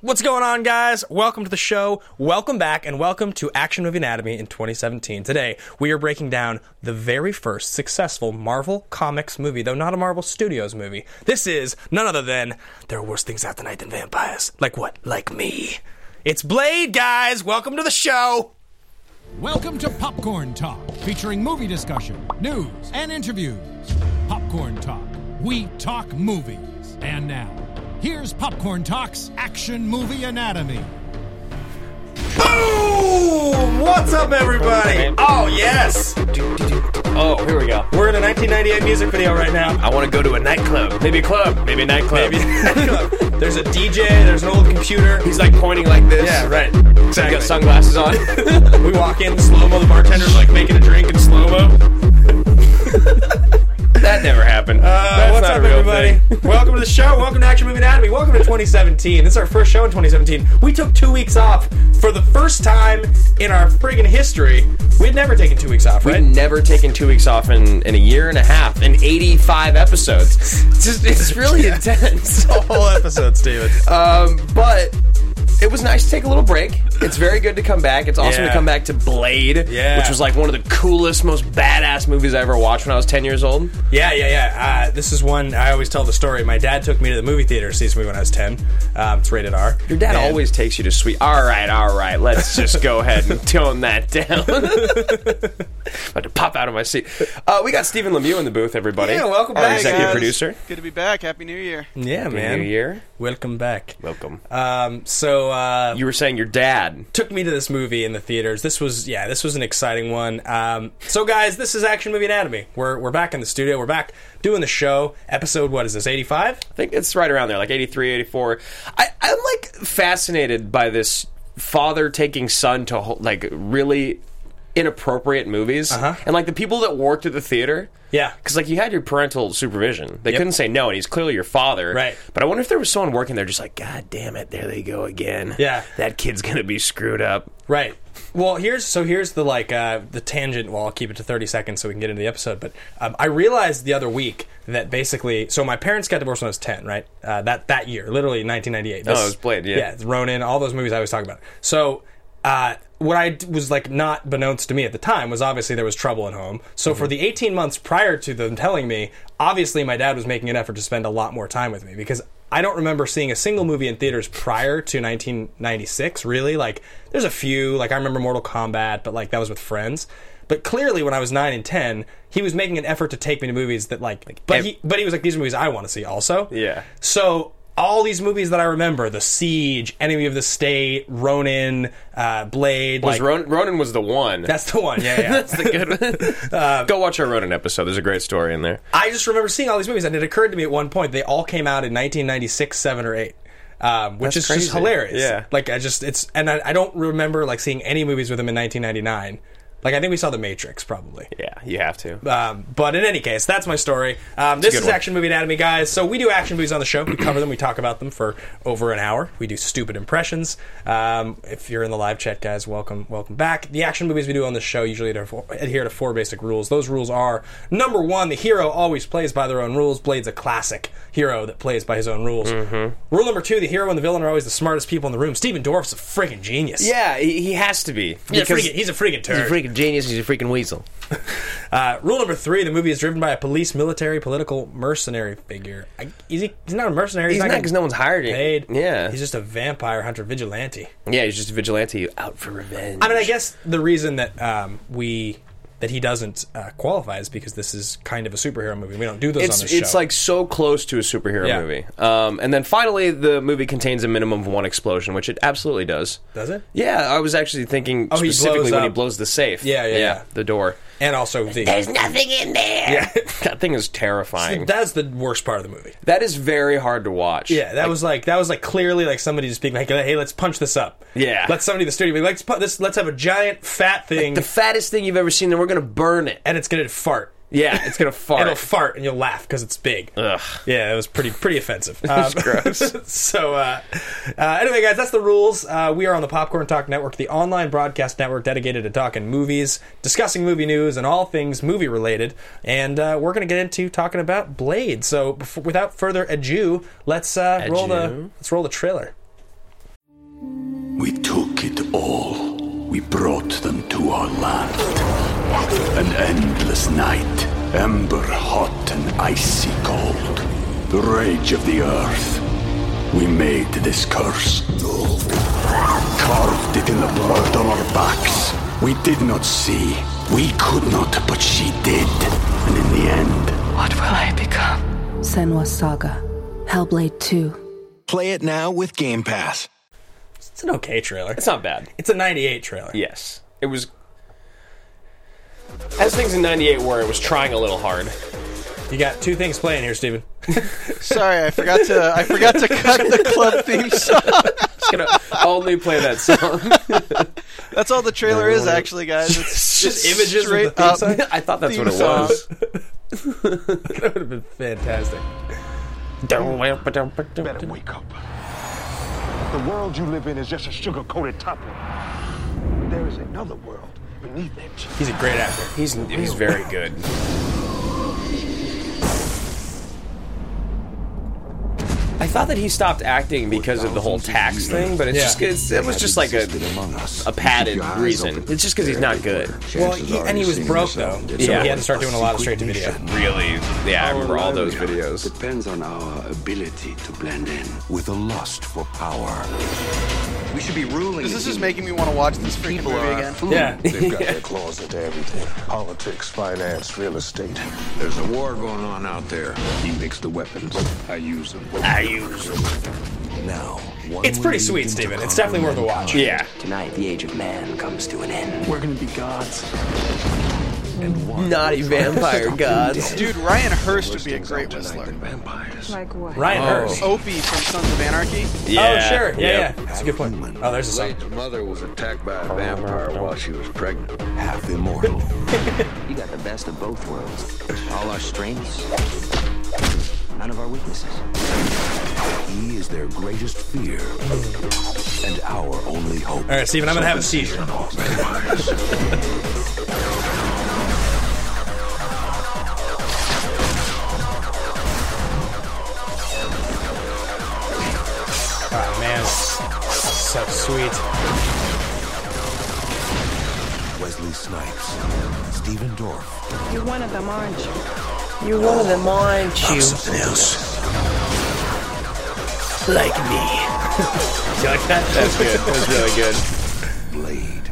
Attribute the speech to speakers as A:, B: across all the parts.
A: What's going on, guys? Welcome to the show. Welcome back, and welcome to Action Movie Anatomy in 2017. Today, we are breaking down the very first successful Marvel Comics movie, though not a Marvel Studios movie. This is none other than There Are Worse Things Out Tonight Than Vampires. Like what? Like me. It's Blade, guys. Welcome to the show.
B: Welcome to Popcorn Talk, featuring movie discussion, news, and interviews. Popcorn Talk, we talk movies. And now, here's Popcorn Talk's Action Movie Anatomy.
A: Boom! What's up, everybody? Oh, yes! Oh, here we go. We're in a 1998 music video right now.
C: I want to go to a nightclub. Maybe a club. Maybe a nightclub.
A: Maybe there's a DJ, there's an old computer.
C: He's like pointing like this.
A: Yeah, right.
C: He's
A: Exactly.
C: got sunglasses on.
A: we walk in slow mo. The bartender's like making a drink in slow mo.
C: that never happened.
A: Uh, what's up, everybody? Welcome to the show. Welcome to Action Movie Anatomy. Welcome to 2017. This is our first show in 2017. We took two weeks off for the first time in our friggin' history. We'd never taken two weeks off, right?
C: We've never taken two weeks off in, in a year and a half, in 85 episodes. It's, just, it's really intense.
A: Whole episode, Steven.
C: Um, but it was nice to take a little break. It's very good to come back. It's awesome
A: Yeah.
C: to come back to Blade,
A: Yeah.
C: which was like one of the coolest, most badass movies I ever watched when I was 10 years old.
A: Yeah, yeah, yeah. Uh, this is one I always tell the story. My dad took me to the movie theater to see this movie when I was 10. Um, it's rated R.
C: Your dad
A: And-
C: always takes you to sweet. All right, all right. Let's just go ahead and tone that down. About to pop out of my seat. Uh, we got Stephen Lemieux in the booth, everybody.
A: Yeah, welcome
C: Our
A: back,
C: executive
A: guys.
C: producer.
D: Good to be back. Happy New Year.
A: Yeah, man.
C: New year.
A: Welcome back.
C: Welcome.
A: Um, so uh,
C: you were saying your dad.
A: took me to this movie in the theaters. This was yeah, this was an exciting one. Um, so guys, this is Action Movie Anatomy. We're we're back in the studio. We're back doing the show. Episode what is this? Eighty five.
C: I think it's right around there, like 83, 84. I, I'm like fascinated by this father taking son to ho- like really inappropriate movies. And like the people that worked at the theater.
A: Yeah.
C: Because like you had your parental supervision. They
A: Yep.
C: couldn't say no, and he's clearly your father.
A: Right.
C: But I wonder if there was someone working there just like, God damn it, there they go again.
A: Yeah.
C: That kid's going to be screwed up.
A: Right. Well, here's so here's the like uh, the tangent. Well, I'll keep it to thirty seconds so we can get into the episode. But um, I realized the other week that basically, so my parents got divorced when I was ten, right? Uh, that that year, literally 1998.
C: Oh, it was Blade, yeah.
A: yeah, Ronin, all those movies I always talk about. So uh, what I d- was like not beknownst to me at the time was obviously there was trouble at home. So
C: Mm-hmm.
A: for the 18 months prior to them telling me, obviously my dad was making an effort to spend a lot more time with me because I don't remember seeing a single movie in theaters prior to 1996. Really, like there's a few. Like I remember Mortal Kombat, but like that was with friends. But clearly, when I was nine and ten, he was making an effort to take me to movies that like. but
C: ev-
A: he, but he was like, these are movies I want to see also.
C: Yeah.
A: So all these movies that I remember, The Siege, Enemy of the State, Ronin, uh, Blade,
C: Was
A: like,
C: Ron- Ronan was the one.
A: that's the one. Yeah, yeah.
C: That's the good one. go watch our Ronan episode. There's a great story in there.
A: I just remember seeing all these movies, and it occurred to me at one point they all came out in 1996, seven, or eight. Um, which
C: That's
A: is
C: crazy.
A: just hilarious.
C: Yeah.
A: Like I just it's and I, I don't remember like seeing any movies with him in 1999. Like I think we saw The Matrix probably.
C: Yeah, you have to.
A: Um, but in any case, that's my story. Um, this
C: good
A: is
C: one.
A: Action Movie Anatomy, guys. So we do action movies on the show. We cover them. We talk about them for over an hour. We do stupid impressions. Um, if you're in the live chat, guys, welcome, welcome back. The action movies we do on the show usually adhere to- adhere to four basic rules. Those rules are number one, the hero always plays by their own rules. Blade's a classic hero that plays by his own rules.
C: Mm-hmm.
A: Rule number two, the hero and the villain are always the smartest people in the room. Steven Dorff's a friggin' genius.
C: Yeah, he, he has to be.
A: He's a
C: Because-
A: friggin', he's a friggin' turd.
C: He's a freaking genius. He's a freaking weasel.
A: Uh, rule number three: the movie is driven by a police, military, political mercenary figure. I, is he, he's not a mercenary.
C: He's not
A: getting
C: 'cause no one's hired him.
A: Paid.
C: Yeah.
A: he's just a vampire hunter vigilante.
C: Yeah, he's just a vigilante out for revenge.
A: I mean, I guess the reason that um, we that he doesn't uh, qualify is because this is kind of a superhero movie. We don't do those
C: it's
A: on this
C: it's
A: show.
C: like so close to a superhero
A: Yeah.
C: movie. Um, and then finally, the movie contains a minimum of one explosion, which it absolutely does.
A: Does it?
C: Yeah, I was actually thinking
A: Oh, he
C: specifically
A: blows
C: when he
A: up.
C: blows the safe.
A: Yeah, yeah, yeah.
C: the door.
A: and also the
E: nothing in there.
A: yeah,
C: That thing is terrifying.
A: that's the worst part of the movie.
C: that is very hard to watch.
A: Yeah, that was like that was like clearly like somebody just being like, hey, let's punch this up.
C: Yeah.
A: let's somebody in the studio be like, let's put this, let's have a giant fat thing,
C: the fattest thing you've ever seen. Then we're gonna burn it.
A: and it's gonna fart.
C: Yeah, it's gonna fart.
A: It'll fart and you'll laugh because it's big.
C: Ugh.
A: Yeah, it was pretty pretty offensive. Um,
C: gross.
A: so uh, uh, anyway, guys, that's the rules. Uh, we are on the Popcorn Talk Network, the online broadcast network dedicated to talking movies, discussing movie news, and all things movie related. And uh, we're going to get into talking about Blade. So bef- without further ado, let's uh, roll the
C: Adieu.
A: let's roll the trailer.
F: We took it all. We brought them to our land. An endless night, ember hot and icy cold. The rage of the earth. We made this curse. Carved it in the blood on our backs. We did not see. We could not, but she did. And in the end,
G: What will I become? Senwa Saga. Hellblade 2.
H: Play it now with Game Pass.
A: It's an okay trailer.
C: It's not bad.
A: It's a '98 trailer.
C: Yes, it was. As things in '98 were, it was trying a little hard.
A: You got two things playing here, Steven.
I: Sorry, I forgot to I forgot to cut the club theme song.
C: Just gonna only play that song.
I: That's all the trailer is actually, guys. It's
A: Just
I: it's
A: images with
I: straight
A: the theme
I: up
A: song?
C: I thought that's
I: theme
C: what it
I: song.
C: was.
A: that would have been fantastic.
D: Better wake up. The world you live in is just a sugar coated topple. There is another world beneath it.
A: He's a great actor.
C: He's he's very good. I thought that he stopped acting because of the whole tax thing, but it's
A: Yeah.
C: just it's, it was just like a a padded reason. It's just because he's not good.
A: Well, he, and he was broke though, so
C: Yeah.
A: he had to start doing a lot of straight to video.
C: Really, yeah, I
A: Oh,
C: remember all those videos.
F: depends on our ability to blend in with a lust for power.
H: We should be ruling.
I: This is just making me want to watch this freaking movie again.
A: Yeah,
D: They've got their claws into everything politics, finance, real estate.
F: There's a war going on out there. He makes the weapons. I use them.
C: I use
H: now.
A: it's pretty sweet, Steven. It's definitely worth a watch.
C: Yeah,
H: Tonight, the age of man comes to an end.
I: We're gonna be gods.
C: naughty vampire gods.
I: Dude, Ryan Hurst would be a great whistler.
F: Vampires.
C: Oh,
A: Ryan Hurst.
I: Opie from Sons of Anarchy.
A: Oh, sure. Yeah, yeah. That's a good point. Oh, there's a song.
F: Blade's mother was attacked by a vampire while she was pregnant.
H: Half immortal.
D: You got the best of both worlds. All our strengths, none of our weaknesses.
F: He is their greatest fear and our only hope.
A: All right, Steven, I'm gonna have a seizure.
F: Vampires.
A: Oh man, so sweet.
H: Wesley Snipes. Steven Dorff.
J: You're one of them, aren't you?
C: You're one of them, aren't you?
H: Something else.
C: Like me.
A: Do you like that? That's good.
C: That was really good.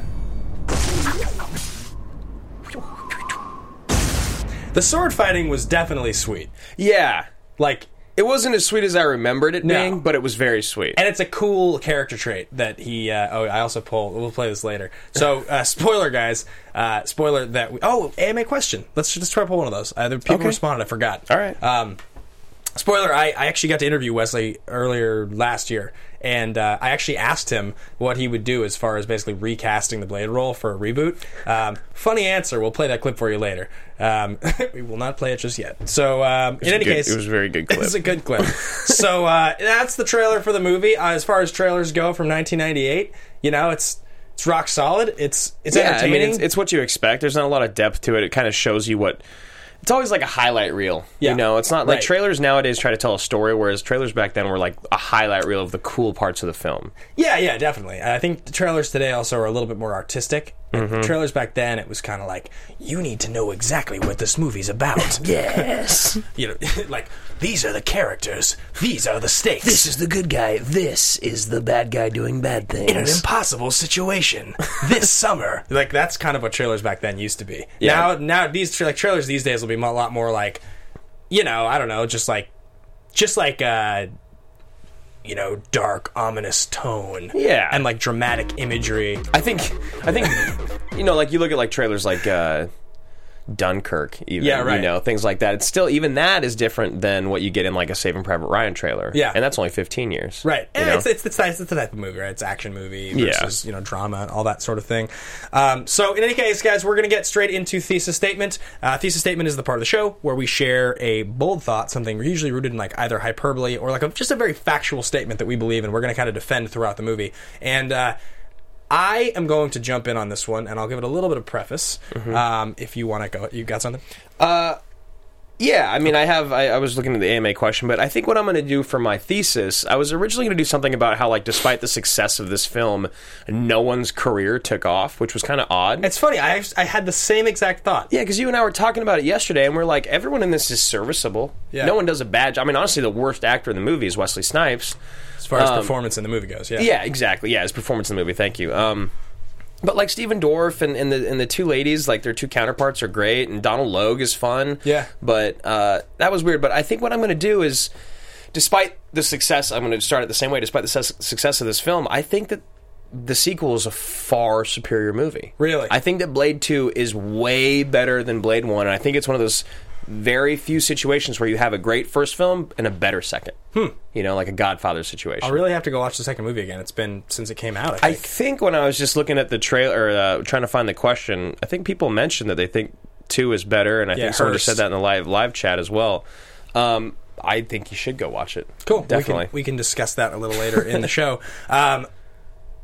H: Blade.
A: The sword fighting was definitely sweet.
C: Yeah,
A: Like,
C: it wasn't as sweet as I remembered it
A: No.
C: being, but it was very sweet.
A: and it's a cool character trait that he. Uh, oh, I also pull. We'll play this later. So, uh, spoiler, guys. Uh, spoiler that we. Oh, AMA question. Let's just try to pull one of those. Uh, the people
C: Okay.
A: responded. I forgot.
C: All right.
A: Um, spoiler I, I actually got to interview wesley earlier last year and uh, i actually asked him what he would do as far as basically recasting the blade role for a reboot um, funny answer we'll play that clip for you later um, we will not play it just yet so um, in any
C: good-
A: case
C: it was a very good clip.
A: it's a good clip so uh, that's the trailer for the movie uh, as far as trailers go from 1998 you know it's it's rock solid it's it's
C: yeah, I
A: entertaining
C: mean, it's, it's what you expect. There's not a lot of depth to it. It kind of shows you what. It's always like a highlight reel.
A: Yeah.
C: You know, it's not like
A: Right.
C: trailers nowadays try to tell a story, whereas trailers back then were like a highlight reel of the cool parts of the film.
A: Yeah, yeah, definitely. I think the trailers today also are a little bit more artistic Like,
C: Mm-hmm.
A: the trailers back then, it was kind of like you need to know exactly what this movie's about.
K: Yes.
A: you know, like these are the characters, these are the stakes.
K: This is the good guy. This is the bad guy doing bad things.
A: in an impossible situation this summer. Like that's kind of what trailers back then used to be.
K: Yeah.
A: Now, now these tra- like trailers these days will be a lot more like, you know, I don't know, just like, just like, uh, you know, dark ominous tone.
C: Yeah.
A: and like dramatic imagery.
C: I think, I think, you know, like you look at like trailers like uh, Dunkirk, even
A: Yeah, right.
C: you know things like that. It's still even that is different than what you get in like a Saving Private Ryan trailer.
A: Yeah.
C: and that's only fifteen years.
A: Right.
C: you
A: And
C: know?
A: it's, it's, the type, it's the type of movie, right? It's action movie
C: Yeah.
A: versus, you know, drama and all that sort of thing. Um, so, in any case, guys, we're going to get straight into thesis statement. Uh, thesis statement is the part of the show where we share a bold thought, something usually rooted in like either hyperbole or like a, just a very factual statement that we believe in. We're going to kind of defend throughout the movie. And, uh, I am going to jump in on this one, and I'll give it a little bit of preface.
C: Mm-hmm.
A: Um, if you want to go, you got something?
C: Uh, yeah, I mean, I have. I, I was looking at the AMA question, but I think what I'm going to do for my thesis, I was originally going to do something about how, like, despite the success of this film, no one's career took off, which was kind of odd.
A: It's funny. I I had the same exact thought.
C: Yeah, because you and I were talking about it yesterday, and we're like, everyone in this is serviceable.
A: Yeah.
C: No one does a bad. job. I mean, honestly, the worst actor in the movie is Wesley Snipes.
A: As far as
C: Um,
A: performance in the movie goes, yeah.
C: exactly. Yeah, his performance in the movie. Thank you. Um, but like Stephen Dorff and, and the and the two ladies, like their two counterparts are great, and Donald Logue is fun.
A: Yeah.
C: But uh, that was weird. But I think what I'm going to do is, despite the success, I'm going to start it the same way. Despite the su- success of this film, I think that the sequel is a far superior movie. Really, I think that Blade Two is way better than Blade One, and I think it's one of those very few situations where you have a great first film and a better second. Hmm. You know, like a Godfather situation.
A: I'll really have to go watch the second movie again. It's been since it came out. I think.
C: I think when I was just looking at the trailer, uh, trying to find the question, I think people mentioned that they think two is better, and I
A: Yeah,
C: think someone just said
A: Hearst.
C: that in the live live chat as well. Um, I think you should go watch it.
A: Cool.
C: definitely.
A: We can, we can discuss that a little later in the show. Um,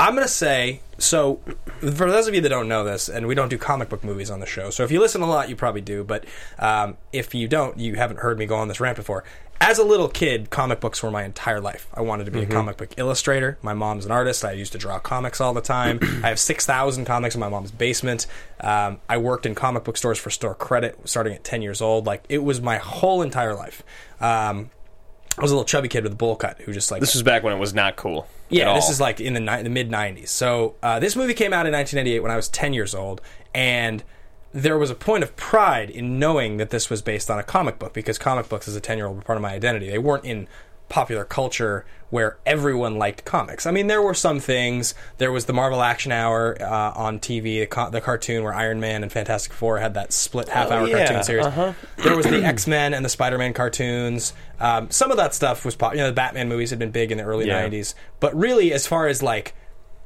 A: I'm going to say so, for those of you that don't know this, and we don't do comic book movies on the show, so if you listen a lot, you probably do, but um, if you don't, you haven't heard me go on this rant before. As a little kid, comic books were my entire life. I wanted to be
K: Mhm.
A: a comic book illustrator. My mom's an artist. I used to draw comics all the time. I have 6,000 comics in my mom's basement. Um, I worked in comic book stores for store credit starting at 10 years old. Like, it was my whole entire life. Um, I was a little chubby kid with a bowl cut who just like
C: this was back when it was not cool.
A: yeah.
C: at
A: This
C: all.
A: is like in the ni- the mid '90s. So uh, this movie came out in 1998 when I was 10 years old, and there was a point of pride in knowing that this was based on a comic book because comic books as a 10 year old were part of my identity. They weren't in popular culture where everyone liked comics. I mean, there were some things. There was the Marvel Action Hour uh, on TV, the, co- the cartoon where Iron Man and Fantastic Four had that split half hour
K: Oh, yeah.
A: cartoon series.
K: Uh-huh.
A: There was the X Men and the Spider Man cartoons. Um, some of that stuff was pop. You know, the Batman movies had been big in the early
K: Yeah.
A: 90s. But really, as far as like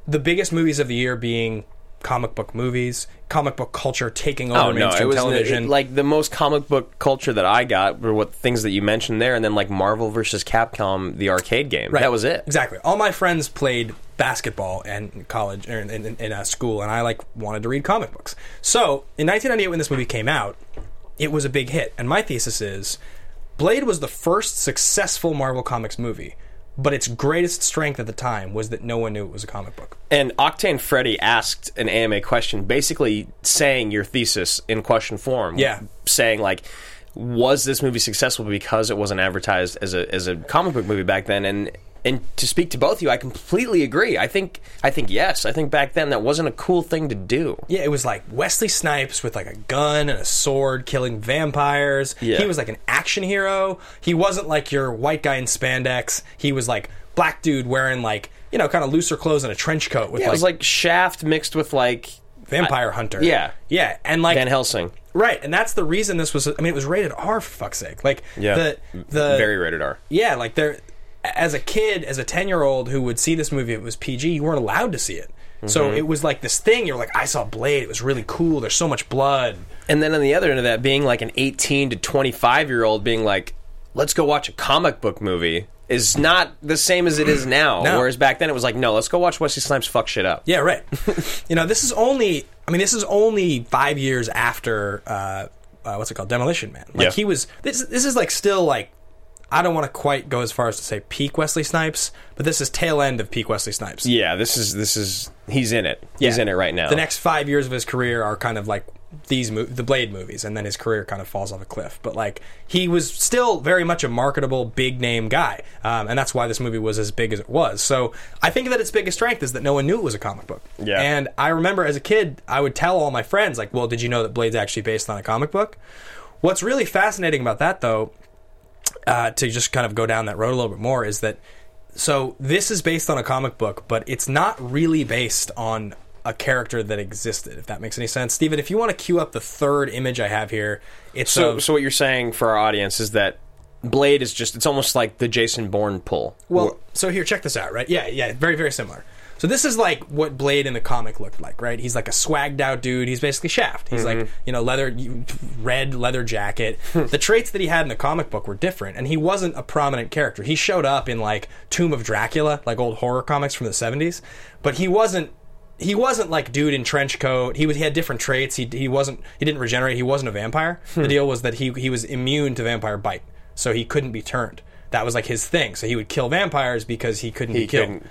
A: the biggest movies of the year being comic book movies, comic book culture taking over
C: Oh no!
A: mainstream
C: It was the-
A: television.
C: it- like the most comic book culture that I got were what things that you mentioned there, and then like Marvel versus Capcom, the arcade game. That was it.
A: Exactly. All my friends played basketball in college or in, in, in uh, school, and I like wanted to read comic books. So in 1998, when this movie came out, it was a big hit. And my thesis is, Blade was the first successful Marvel Comics movie, but its greatest strength at the time was that no one knew it was a comic book.
C: And Octane Freddy asked an AMA question, basically saying your thesis in question form.
A: Yeah.
C: Saying like, was this movie successful because it wasn't advertised as a as a comic book movie back then? And and to speak to both of you, I completely agree. I think I think yes. I think back then that wasn't a cool thing to do.
A: Yeah, it was like Wesley Snipes with like a gun and a sword killing vampires.
C: Yeah.
A: He was like an action hero. He wasn't like your white guy in spandex. He was like black dude wearing like, you know, kind of looser clothes and a trench coat with
C: Yeah, it was like Shaft mixed with like
A: Vampire Hunter.
C: Yeah.
A: Yeah, and like
C: Van Helsing.
A: Right, and that's the reason this was I mean it was rated R for fuck's sake. Like
C: Yeah.
A: the the
C: Very rated R.
A: yeah, like there, as a kid, as a ten year old who would see this movie, if it was PG. You weren't allowed to see it, so
C: Mhm.
A: it was like this thing. You're like, I saw Blade. It was really cool. There's so much blood.
C: And then on the other end of that, being like an 18 to 25 year old being like, let's go watch a comic book movie is not the same as it is now.
A: No.
C: Whereas back then it was like, no, let's go watch Wesley Snipes fuck shit up.
A: Yeah, right. you know, this is only. I mean, this is only five years after uh, uh, what's it called, Demolition Man. Like
C: Yeah.
A: he was. This this is like still like I don't want to quite go as far as to say peak Wesley Snipes, but this is tail end of peak Wesley Snipes.
C: Yeah, this is this is he's in it. He's
A: Yeah.
C: in it right now.
A: The next five years of his career are kind of like these mo- the Blade movies, and then his career kind of falls off a cliff. But like he was still very much a marketable, big name guy, um, and that's why this movie was as big as it was. So I think that its biggest strength is that no one knew it was a comic book.
C: Yeah.
A: And I remember as a kid, I would tell all my friends like, "Well, did you know that Blade's actually based on a comic book?" What's really fascinating about that though uh, to just kind of go down that road a little bit more is that so this is based on a comic book, but it's not really based on a character that existed. If that makes any sense, Steven, if you want to cue up the third image I have here, it's
C: so
A: of-
C: so what you're saying for our audience is that Blade is just it's almost like the Jason Bourne pull.
A: Well, so here, check this out, right? Yeah, yeah, very, very similar. So this is like what Blade in the comic looked like, right? He's like a swagged out dude. He's basically Shaft. He's
C: Mhm.
A: like you know leather, you- red leather jacket. the traits that he had in the comic book were different, and he wasn't a prominent character. He showed up in like Tomb of Dracula, like old horror comics from the seventies, but he wasn't. He wasn't like dude in trench coat. He was he had different traits. He he wasn't he didn't regenerate. He wasn't a vampire. The
C: Hmm.
A: deal was that he he was immune to vampire bite, so he couldn't be turned. That was like his thing. So he would kill vampires because he couldn't be killed.
C: couldn't.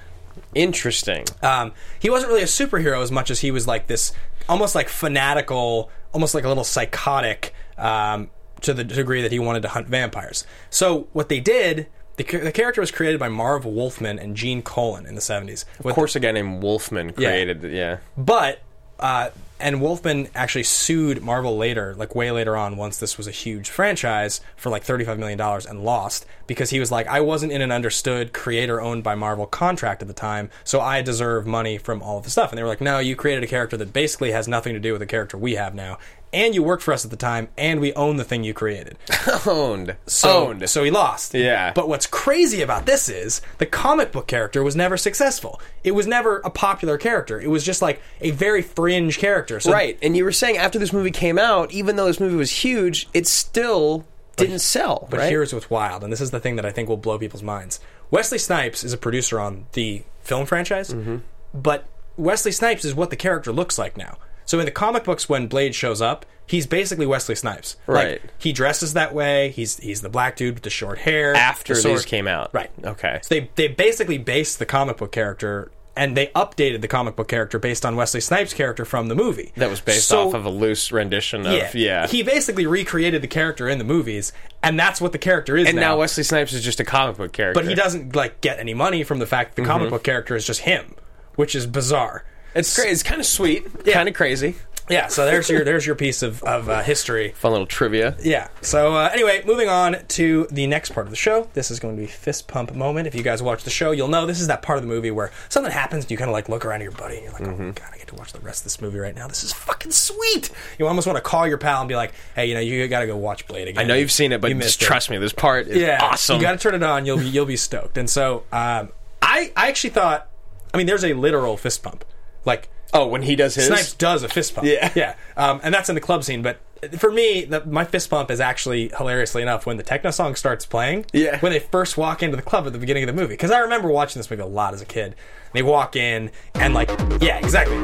C: Interesting.
A: Um, he wasn't really a superhero as much as he was like this, almost like fanatical, almost like a little psychotic um, to the degree that he wanted to hunt vampires. So what they did, the, cha- the character was created by Marv Wolfman and Gene Colan in the seventies.
C: Of course, a guy named Wolfman created. the- Yeah.
A: But uh, and Wolfman actually sued Marvel later, like way later on, once this was a huge franchise for like thirty-five million dollars and lost because he was like, I wasn't in an understood creator owned by Marvel contract at the time, so I deserve money from all of the stuff. And they were like, No, you created a character that basically has nothing to do with the character we have now. And you worked for us at the time, and we own the thing you created.
C: Owned.
A: So,
C: Owned.
A: So he lost.
C: Yeah.
A: But what's crazy about this is the comic book character was never successful. It was never a popular character. It was just like a very fringe character. So
C: right. And you were saying after this movie came out, even though this movie was huge, it still didn't sell.
A: But
C: right?
A: here's what's wild, and this is the thing that I think will blow people's minds. Wesley Snipes is a producer on the film franchise,
C: Mm-hmm.
A: but Wesley Snipes is what the character looks like now. So in the comic books, when Blade shows up, he's basically Wesley Snipes. Like,
C: Right.
A: he dresses that way. He's he's the black dude with the short hair.
C: after
A: the sword.
C: these came out. Right. Okay.
A: So they they basically based the comic book character and they updated the comic book character based on Wesley Snipes' character from the movie.
C: That was based
A: So-
C: off of a loose rendition of yeah.
A: He basically recreated the character in the movies, and that's what the character is
C: and now
A: now.
C: Wesley Snipes is just a comic book character.
A: but he doesn't like get any money from the fact that the comic
C: Mhm.
A: book character is just him, which is bizarre.
C: It's crazy. It's kind of sweet. Kind of crazy.
A: Yeah. So there's your there's your piece of of uh, history.
C: Fun little trivia.
A: Yeah. So uh, anyway, moving on to the next part of the show. This is going to be fist pump moment. If you guys watch the show, you'll know this is that part of the movie where something happens and you kind of like look around at your buddy and you're like, oh
C: Mm-hmm.
A: my god, I get to watch the rest of this movie right now. This is fucking sweet. You almost want to call your pal and be like, hey, you know, you got to go watch Blade again.
C: I know you've seen it, but
A: You missed
C: just trust me, this part is awesome.
A: you got to turn it on. You'll be you'll be stoked. And so um, I I actually thought. I mean, there's a literal fist pump. Like
C: oh, when he does his?
A: Snipes does a fist pump.
C: Yeah.
A: yeah. Um, and that's in the club scene. But for me, the, my fist pump is actually hilariously enough when the techno song starts playing. Yeah. When they first walk into the club at the beginning of the movie, because I remember watching this movie a lot as a kid. They walk in and like yeah, exactly.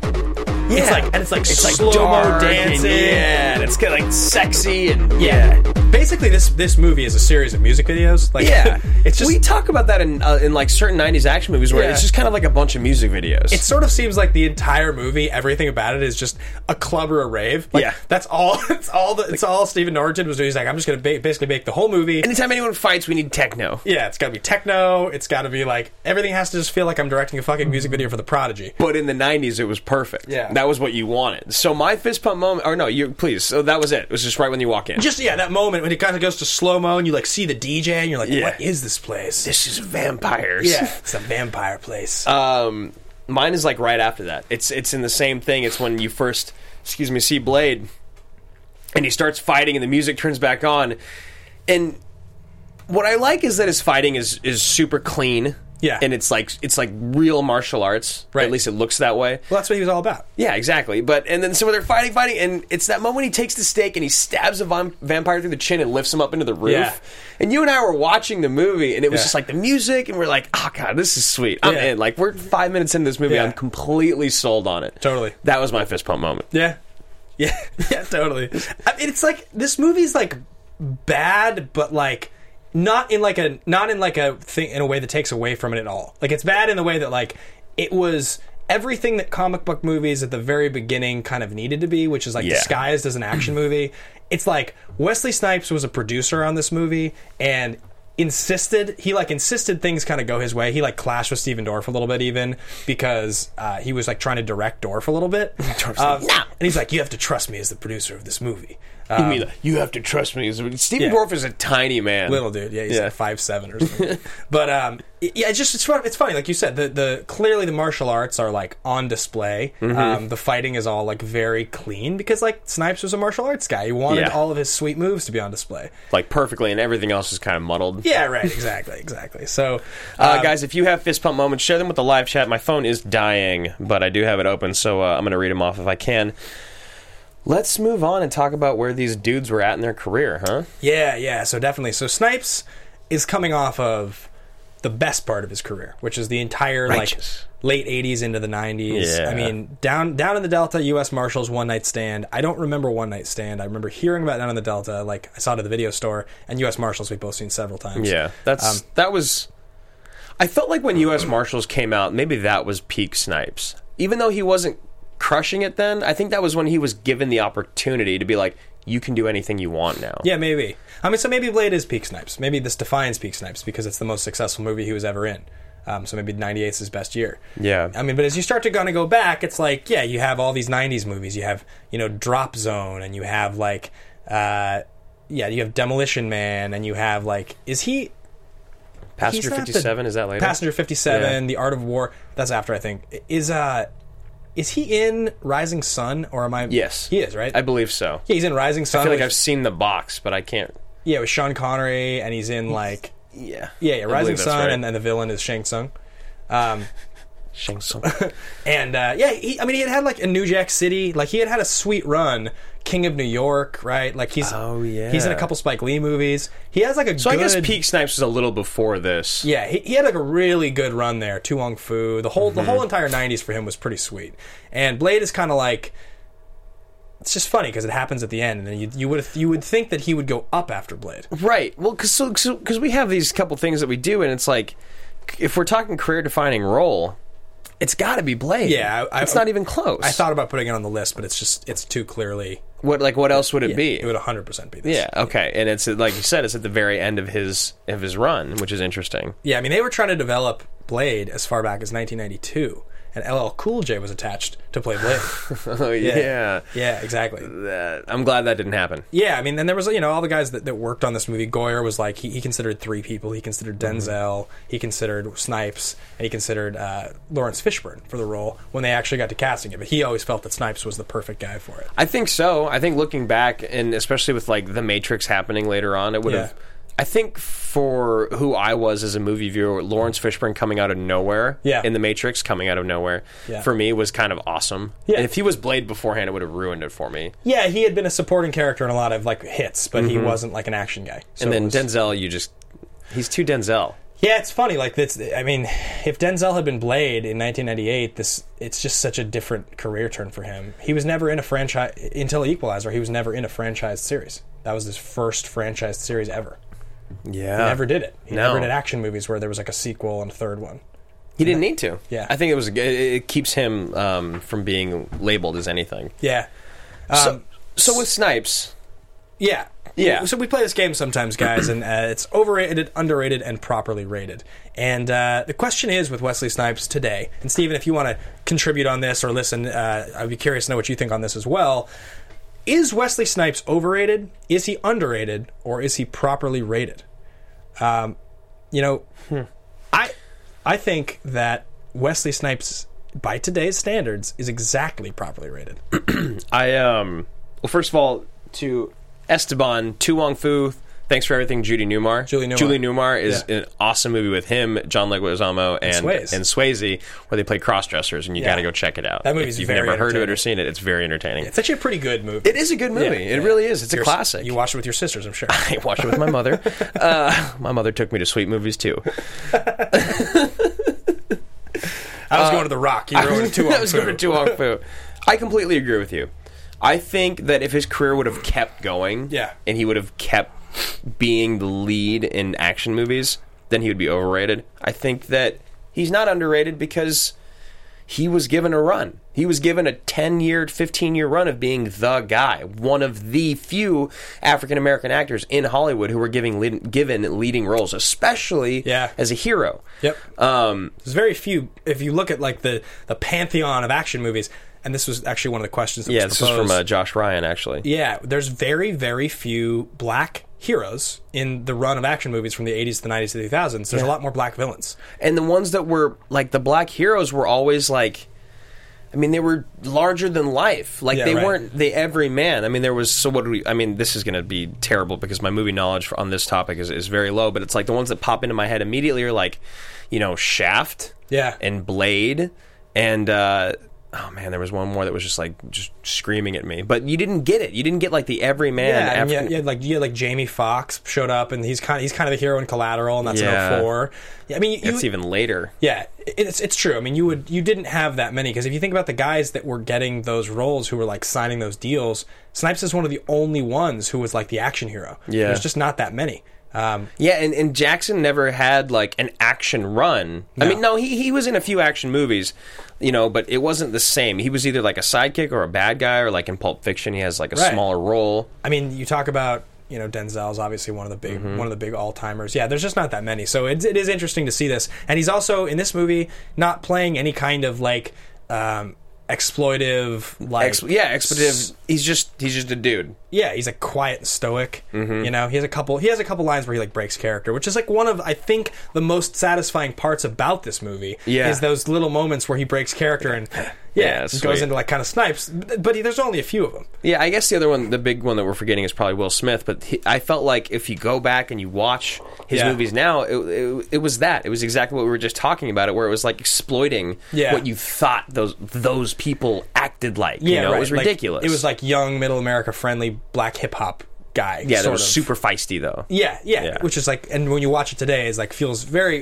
A: It's like and it's like
C: It's like
A: slow mo
C: dark and
A: dancing.
C: yeah, and it's kinda, like, sexy and-
A: yeah. Basically, this this movie is a series of music videos. Like
C: yeah,
A: it's just
C: we talk about that in uh, in like certain '90s action movies where
A: Yeah.
C: it's just kind of like a bunch of music videos.
A: It sort of seems like the entire movie, everything about it is just a club or a rave. Like,
C: Yeah.
A: that's all. It's all. The, it's all Stephen Norton was doing. He's like, I'm just going to ba- basically make the whole movie.
C: Anytime anyone fights, we need techno.
A: Yeah, it's got to be techno. It's got to be like everything has to just feel like I'm directing a fucking music video for the Prodigy.
C: but in the '90s, it was perfect.
A: Yeah.
C: that was what you wanted. So my fist pump moment, or no, you please. So that was it. It was just right when you walk in.
A: Just yeah, that moment when it kind of goes to slow mo and you like see the DJ and you're like,
C: Yeah.
A: what is this place?
C: This is vampires.
A: Yeah, it's a vampire place.
C: Um, mine is like right after that. It's it's in the same thing. It's when you first, excuse me, see Blade, and he starts fighting, and the music turns back on, and what I like is that his fighting is is super clean.
A: Yeah.
C: and it's like it's like real martial arts. Right. At least it looks that way.
A: Well, that's what he was all about.
C: Yeah, exactly. But and then so they're fighting, fighting, and it's that moment he takes the stake and he stabs a vam- vampire through the chin and lifts him up into the roof.
A: Yeah.
C: And you and I were watching the movie, and it was
A: Yeah.
C: just like the music, and we're like, "Oh god, this is sweet." I'm
A: Yeah.
C: in. Like we're five minutes into this movie,
A: Yeah.
C: I'm completely sold on it.
A: Totally.
C: That was my fist pump moment.
A: Yeah. Yeah, yeah, totally. I mean, it's like this movie's like bad, but like not in like a not in like a thing in a way that takes away from it at all. Like it's bad in the way that like it was everything that comic book movies at the very beginning kind of needed to be, which is like
C: Yeah.
A: disguised as an action movie. It's like Wesley Snipes was a producer on this movie and insisted he like insisted things kind of go his way he like clashed with Steven Dorff a little bit even because uh, he was like trying to direct Dorff a little bit Um, and he's like you have to trust me as the producer of this movie
C: You mean, you have to trust me. Steven Dorff is a tiny man.
A: little dude. Yeah, he's
C: Yeah.
A: like five seven or something. but um, it- yeah, it's just it's fun, it's funny. Like you said, the the clearly the martial arts are like on display.
C: Mhm.
A: Um, the fighting is all like very clean because like Snipes was a martial arts guy. He wanted
C: Yeah.
A: all of his sweet moves to be on display.
C: like perfectly, and everything else is kind of muddled.
A: Yeah, right. Exactly. exactly. So,
C: Uh,
A: um,
C: guys, if you have fist pump moments, share them with the live chat. My phone is dying, but I do have it open, so uh, I'm going to read them off if I can. Let's move on and talk about where these dudes were at in their career, huh?
A: Yeah, yeah. So definitely. So Snipes is coming off of the best part of his career, which is the entire
C: Righteous.
A: like late '80s into the '90s.
C: Yeah.
A: I mean, down down in the Delta, U.S. Marshals, One Night Stand. I don't remember One Night Stand. I remember hearing about Down in the Delta. Like I saw it at the video store, and U.S. Marshals we've both seen several times.
C: Yeah, that's
A: Um,
C: that was. I felt like when U.S. Marshals came out, maybe that was peak Snipes. Even though he wasn't crushing it then, I think that was when he was given the opportunity to be like, "You can do anything you want now."
A: yeah, maybe. I mean, so maybe Blade is peak Snipes. Maybe this defines peak Snipes because it's the most successful movie he was ever in. Um, so maybe '98 is his best year.
C: Yeah,
A: I mean, but as you start to kind of go back, it's like, yeah, you have all these '90s movies. You have, you know, Drop Zone, and you have like, uh, yeah, you have Demolition Man, and you have like, is he he's
C: Passenger
A: not
C: Fifty Seven is that later?
A: Passenger Fifty Seven, The Art of War. That's after, I think. Is uh, is he in Rising Sun, or am I?
C: Yes,
A: he is, right?
C: I believe so.
A: yeah, he's in Rising Sun.
C: I feel like
A: with-
C: I've seen the box, but I can't.
A: yeah, with Sean Connery, and he's in like,
C: yeah,
A: yeah,
C: I
A: yeah,
C: believe
A: Rising
C: that's
A: Sun,
C: right.
A: and, and the villain is Shang Tsung. Um,
C: Shang Tsung.
A: and uh, yeah, he, I mean, he had had like a New Jack City, like he had had a sweet run, King of New York, right? Like he's oh yeah, he's in a couple Spike Lee movies. He has like a
C: So
A: good,
C: I guess Peak Snipes was a little before this.
A: yeah, he, he had like a really good run there. Tu Wong Fu, the whole the
C: Mm-hmm.
A: whole entire '90s for him was pretty sweet. And Blade is kind of like it's just funny because it happens at the end, and then you you would you would think that he would go up after Blade.
C: Right. Well, because so, so, 'cause we have these couple things that we do, and it's like, if we're talking career defining role, it's got to be Blade.
A: Yeah, I- I-
C: it's not even close.
A: I thought about putting it on the list, but it's just it's too clearly.
C: What like what else would it
A: Yeah,
C: be?
A: It would 100 percent be this.
C: yeah. Okay. And it's like you said, it's at the very end of his of his run, which is interesting.
A: Yeah, I mean, they were trying to develop Blade as far back as 1992, and LL Cool J was attached to play Blade.
C: oh yeah.
A: Yeah, exactly.
C: That- I'm glad that didn't happen.
A: Yeah, I mean, then there was, you know, all the guys that, that worked on this movie. Goyer was like, he, he considered three people. He considered
C: Mm-hmm.
A: Denzel, he considered Snipes, and he considered uh, Lawrence Fishburne for the role when they actually got to casting it. But he always felt that Snipes was the perfect guy for it.
C: I think so. I think looking back, and especially with like the Matrix happening later on, it would have. I think for who I was as a movie viewer, Lawrence Fishburne coming out of nowhere,
A: Yeah.
C: in the Matrix coming out of nowhere,
A: Yeah.
C: for me was kind of awesome. And if he was Blade beforehand, it would have ruined it for me.
A: Yeah, he had been a supporting character in a lot of, like, hits, but he
C: Mhm.
A: wasn't, like, an action guy. So
C: and
A: it
C: then
A: was-
C: Denzel, you just he's too Denzel.
A: Yeah, it's funny. Like this, I mean, if Denzel had been Blade in 1998, this it's just such a different career turn for him. He was never in a franchise until Equalizer. He was never in a franchised series. That was his first franchised series ever.
C: Yeah,
A: He never did it. He
C: Ah. No.
A: never did action movies where there was like a sequel and a third one.
C: He didn't need to.
A: Yeah.
C: I think it was it, it keeps him um, from being labeled as anything.
A: Yeah.
C: so, so with Snipes,
A: Yeah.
C: Yeah.
A: So we play this game sometimes, guys, and uh, it's overrated, underrated, and properly rated. And uh, the question is with Wesley Snipes today, and Steven, if you want to contribute on this or listen, uh, I'd be curious to know what you think on this as well. Is Wesley Snipes overrated? Is he underrated? Or is he properly rated? Um, you know, I I think that Wesley Snipes, by today's standards, is exactly properly rated.
C: I um well first of all to Esteban Tu Wong Fu, thanks for everything, Judy Newmar. Julie
A: Newmar.
C: Julie Newmar is
A: Yeah.
C: an awesome movie with him, John Leguizamo, and and
A: Swayze.
C: Swayze, where they play cross dressers, and you
A: Yeah.
C: got to go check it out.
A: That movie's
C: if you've
A: very
C: never heard of it or seen it, it's very entertaining.
A: It's actually a pretty good movie.
C: It is a good movie. It really is. It's a
A: Your-
C: classic.
A: You watch it with your sisters, I'm sure.
C: I watched it with my mother. uh, my mother took me to sweet movies too.
A: I was
C: Uh,
A: going to The Rock. You were
C: I
A: going
C: was,
A: to Tu Wong
C: I was going to
A: Fu.
C: Tu Wong Fu. I completely agree with you. I think that if his career would have kept going,
A: Yeah.
C: and he would have kept being the lead in action movies, then he would be overrated. I think that he's not underrated because he was given a run. He was given a 10 year, 15 year run of being the guy, one of the few African American actors in Hollywood who were giving lead, given leading roles, especially as a hero.
A: Yep.
C: Um,
A: There's very few. If you look at like the the pantheon of action movies, and this was actually one of the questions. That
C: yeah,
A: was
C: this is from
A: proposed.
C: uh, Josh Ryan, actually.
A: Yeah, there's very, very few black heroes in the run of action movies from the 80s to the 90s to the 2000s. There's a
C: Yeah.
A: lot more black villains.
C: And the ones that were like the black heroes were always like I mean they were larger than life. Like
A: Yeah,
C: they
A: right.
C: weren't the every man. I mean there was so what do we I mean this is going to be terrible because my movie knowledge on this topic is is very low, but it's like the ones that pop into my head immediately are like, you know, Shaft,
A: Yeah.
C: and Blade and uh Oh man, there was one more that was just like just screaming at me. But you didn't get it. You didn't get like the everyman.
A: yeah, and
C: African-
A: yeah, yeah, like yeah, like Jamie Foxx showed up, and he's kind of, he's kind of the hero in Collateral, and that's
C: Yeah.
A: in 04. Yeah, I mean, you,
C: That's even later.
A: Yeah, it- it's it's true. I mean, you would you didn't have that many because if you think about the guys that were getting those roles, who were like signing those deals, Snipes is one of the only ones who was like the action hero.
C: Yeah.
A: there's just not that many. Um,
C: Yeah, and, and Jackson never had like an action run. I mean, no, he, he was in a few action movies, you know, but it wasn't the same. He was either like a sidekick or a bad guy, or like in Pulp Fiction, he has like a
A: Right.
C: smaller role.
A: I mean, you talk about you know Denzel's obviously one of the big
C: Mhm.
A: one of the big all timers. Yeah, there's just not that many, so it, it is interesting to see this. And he's also in this movie not playing any kind of like um, exploitive like
C: Ex- yeah, expletive. He's just he's just a dude.
A: yeah, he's a quiet and stoic.
C: Mhm.
A: You know, he has a couple. He has a couple lines where he like breaks character, which is like one of I think the most satisfying parts about this movie.
C: Yeah.
A: is those little moments where he breaks character and yeah,
C: sweet.
A: goes into like kind of snipes. But, but he, there's only a few of them.
C: Yeah, I guess the other one, the big one that we're forgetting is probably Will Smith. But he, I felt like if you go back and you watch his
A: Yeah.
C: movies now, it, it, it was that. It was exactly what we were just talking about. It where it was like exploiting
A: Yeah.
C: what you thought those those people acted like.
A: Yeah,
C: you know,
A: right.
C: it was
A: Like,
C: ridiculous.
A: it was like young middle America friendly black hip hop guy.
C: yeah, that
A: sort
C: was
A: of.
C: super feisty though.
A: Yeah, yeah, Which is like, and when you watch it today, is like feels very,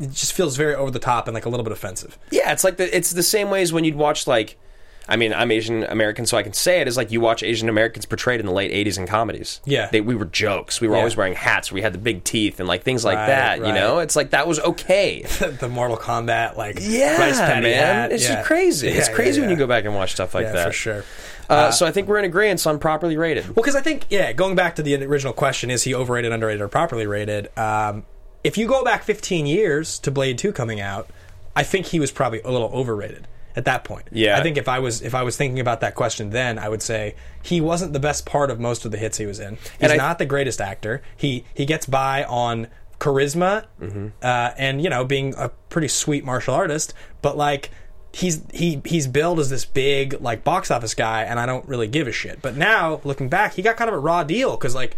A: it just feels very over the top and like a little bit offensive.
C: Yeah, it's like the, it's the same way as when you'd watch like, I mean, I'm Asian American, so I can say it. Is like you watch Asian Americans portrayed in the late '80s in comedies.
A: Yeah.
C: they, we were jokes. We were
A: Yeah.
C: always wearing hats. We had the big teeth and like things like
A: Right,
C: that. You
A: right.
C: know, it's like that was okay.
A: the Mortal Kombat, like
C: Yeah,
A: rice patty
C: man,
A: hat,
C: it's
A: yeah.
C: just crazy.
A: Yeah,
C: it's
A: yeah,
C: crazy
A: yeah.
C: when you go back and watch stuff like
A: Yeah,
C: that
A: for sure.
C: Uh, so I think we're in agreement on properly rated.
A: Well, because I think, yeah, going back to the original question, is he overrated, underrated, or properly rated? Um, if you go back 15 years to Blade 2 coming out, I think he was probably a little overrated at that point.
C: Yeah.
A: I think if I was if I was thinking about that question then, I would say he wasn't the best part of most of the hits he was in. He's
C: And I-
A: not the greatest actor. He he gets by on charisma
C: Mm-hmm.
A: uh, and you know being a pretty sweet martial artist but like he's he he's billed as this big like box office guy and i don't really give a shit but now looking back he got kind of a raw deal because like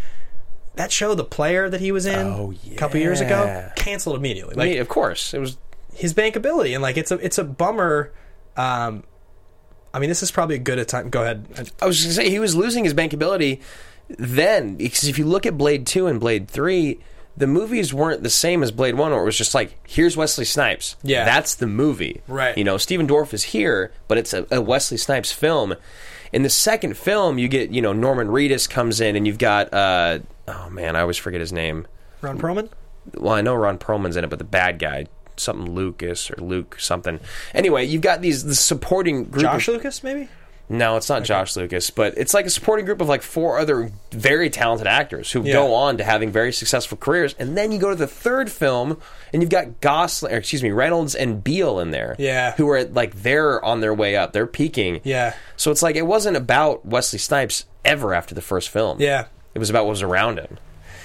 A: that show the player that he was in a couple years ago
C: yeah.
A: canceled immediately
C: I
A: like
C: mean, of course, it was.
A: his bankability and like it's a it's a bummer um i mean this is probably a good a time go ahead uh,
C: I was going to say he was losing his bankability then because if you look at Blade Two and Blade Three, the movies weren't the same as Blade One, where it was just like, here's Wesley Snipes.
A: Yeah.
C: that's the movie.
A: Right.
C: You know, Stephen Dorff is here, but it's a, a Wesley Snipes film. In the second film, you get you know Norman Reedus comes in, and you've got uh, oh man, I always forget his name.
A: ron perlman
C: well, I know Ron Perlman's in it, but the bad guy, something Lucas or Luke something. Anyway, you've got these the supporting group.
A: josh
C: of,
A: lucas maybe
C: No, it's not Josh Lucas, but it's like a supporting group of like four other very talented actors who
A: Yeah.
C: go on to having very successful careers, and then you go to the third film, and you've got Gosling, or excuse me, Reynolds and Beale in there,
A: Yeah.
C: who are like they're on their way up, they're peaking,
A: Yeah.
C: So it's like it wasn't about Wesley Snipes ever after the first film,
A: Yeah.
C: It was about what was around him.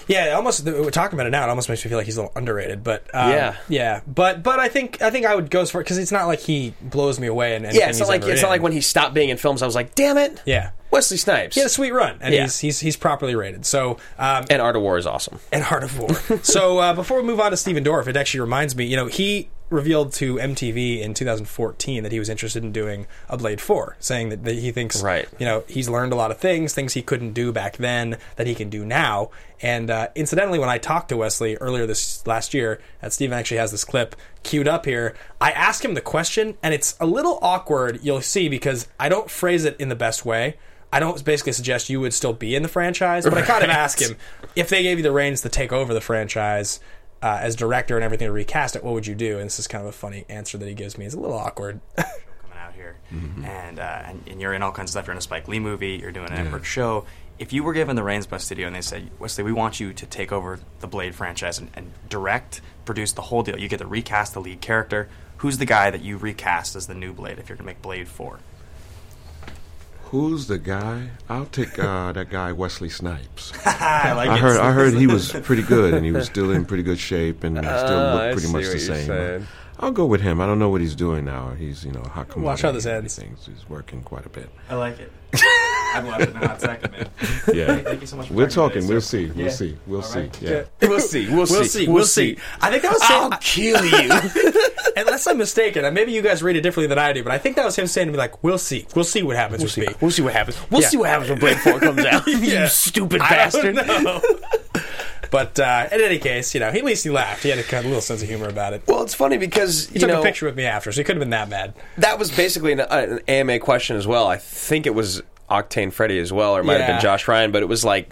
A: Yeah, it almost th- we're talking about it now. It almost makes me feel like he's a little underrated, but um,
C: Yeah.
A: yeah. But but I think I think I would go as far because it's not like he blows me away. And
C: Yeah, it's not like it's not like when he stopped being in films, I was like, damn it,
A: yeah,
C: Wesley Snipes.
A: he had a sweet run, and
C: Yeah.
A: he's he's he's properly rated. So um,
C: and Art of War is awesome.
A: and Heart of War. so uh, before we move on to Steven Dorff, it actually reminds me, you know, he revealed to MTV in 2014 that he was interested in doing a Blade 4, saying that, that he thinks,
C: Right.
A: you know, he's learned a lot of things, things he couldn't do back then that he can do now. And uh, incidentally, when I talked to Wesley earlier this last year, and Steven actually has this clip queued up here, I asked him the question, and it's a little awkward, you'll see, because I don't phrase it in the best way. I don't basically suggest you would still be in the franchise, but I kind of
C: Right.
A: ask him if they gave you the reins to take over the franchise uh, as director and everything to recast it, what would you do? And this is kind of a funny answer that he gives me. It's a little awkward.
L: out here,
H: Mm-hmm.
L: and, uh, and and you're in all kinds of stuff. You're in a Spike Lee movie. You're doing an Emmerich show. If you were given the reins by studio and they said, Wesley, we want you to take over the Blade franchise and, and direct, produce the whole deal. You get to recast the lead character. Who's the guy that you recast as the new Blade if you're going to make Blade Four?
H: Who's the guy? I'll take uh, that guy Wesley Snipes.
L: I like it.
H: heard. I heard he was pretty good, and he was still in pretty good shape, and still
A: Oh, I
H: looked pretty
A: see
H: much the
A: what you're
H: same.
A: saying.
H: I'll go with him. I don't know what he's doing now. He's you know how come
A: Watch how this ends.
H: He's working quite a bit.
L: I like it. I've watched it in a hot second, man.
H: Yeah.
L: Thank you so much. For
H: We're talking.
L: talking today,
H: We'll
L: sir.
H: see. We'll
L: Yeah.
H: see. We'll
L: All
H: see.
L: right.
H: Yeah.
A: We'll see. We'll, see. We'll, see. I think that was. I'll kill you. Unless I'm mistaken, and maybe you guys read it differently than I do, but I think that was him saying to me like, "We'll see. We'll see what happens with me. We'll see what happens.
K: We'll see what happens when Blade 4 comes out, you stupid bastard.
A: but uh, in any case, you know, he, at least he laughed. He had a kind of little sense of humor about it.
C: Well, it's funny because
A: he
C: you
A: took
C: know
A: a picture with me after, so he couldn't have been that mad.
C: that was basically an, uh, an AMA question as well. I think it was Octane Freddy as well, or it might have
A: Yeah.
C: been Josh Ryan, but it was like,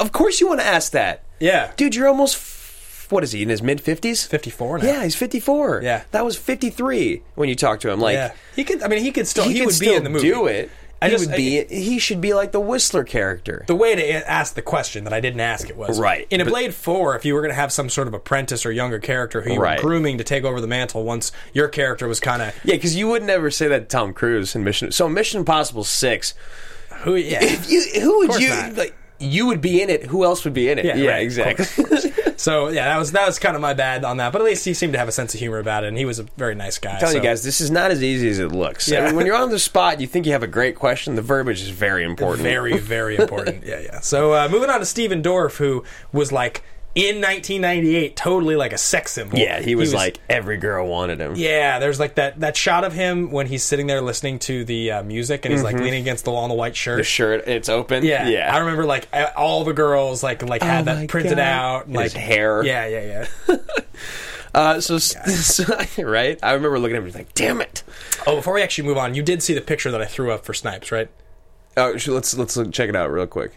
C: of course you want to ask that.
A: Yeah,
C: dude, you're almost f- what is he in his mid fifties?
A: Fifty four.
C: Yeah, he's fifty four. Yeah, that was fifty three when you talk to him. Like
A: yeah, he could. I mean, he could still. He,
C: could
A: would
C: still
A: be in the movie.
C: Do it.
A: I
C: he
A: just-
C: would be. he should be like the Whistler character.
A: The way to a- ask the question that I didn't ask it was
C: Right,
A: in a
C: but-
A: Blade Four. If you were going to have some sort of apprentice or younger character who you
C: Right.
A: were grooming to take over the mantle once your character was kind of
C: Yeah, because you would never say that to Tom Cruise in Mission. So Mission Impossible Six.
A: Who? Yeah.
C: If you, who
A: Of
C: would
A: course
C: you
A: not.
C: like? You would be in it. Who else would be in it?
A: Yeah, right, of
C: exactly.
A: So yeah, that was that was kind of my bad on that, but at least he seemed to have a sense of humor about it, and he was a very nice guy.
C: I'm telling
A: so-
C: you guys, this is not as easy as it looks. I
A: Yeah.
C: mean, when you're on the spot, you think you have a great question. The verbiage is very important.
A: Very, very important. yeah, yeah. So uh, moving on to Steven Dorff, who was like in 1998, totally like a sex symbol.
C: Yeah, he was, like every girl wanted him.
A: Yeah, there's like that that shot of him when he's sitting there listening to the uh, music, and he's like
C: Mhm.
A: leaning against the wall in the white shirt.
C: the shirt. It's open.
A: Yeah,
C: yeah.
A: I remember like a- all the girls like like had
C: Oh my
A: that printed
C: God.
A: out. And, like
C: His hair.
A: Yeah, yeah, yeah.
C: Uh, so, so- right, I remember looking at him and like, "Damn it!"
A: Oh, before we actually move on, you did see the picture that I threw up for Snipes, right?
C: Oh, sh- let's let's look, check it out real quick.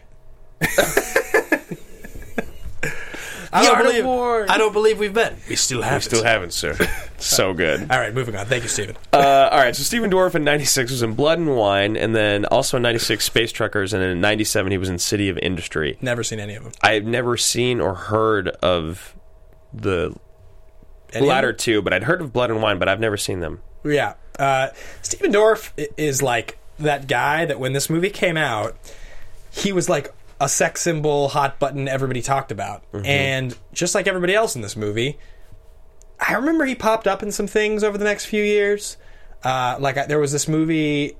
A: I
C: Yard
A: don't believe.
C: award.
A: I don't believe we've been. We still
C: We
A: haven't.
C: still haven't, sir. so good.
A: All right, moving on. Thank you, Steven.
C: Uh, all right, so Stephen Dorff in '96 was in Blood and Wine, and then also in '96 Space Truckers, and then in '97 he was in City of Industry.
A: Never seen any of them.
C: I've never seen or heard of the
A: Any of
C: latter
A: them?
C: two, but I'd heard of Blood and Wine, but I've never seen them.
A: Yeah. Uh, Steven Dorff i- is like that guy that when this movie came out, he was like a sex symbol, hot button, everybody talked about.
C: Mm-hmm.
K: Mhm.
A: And just like everybody else in this movie, I remember he popped up in some things over the next few years. Uh, like I, there was this movie.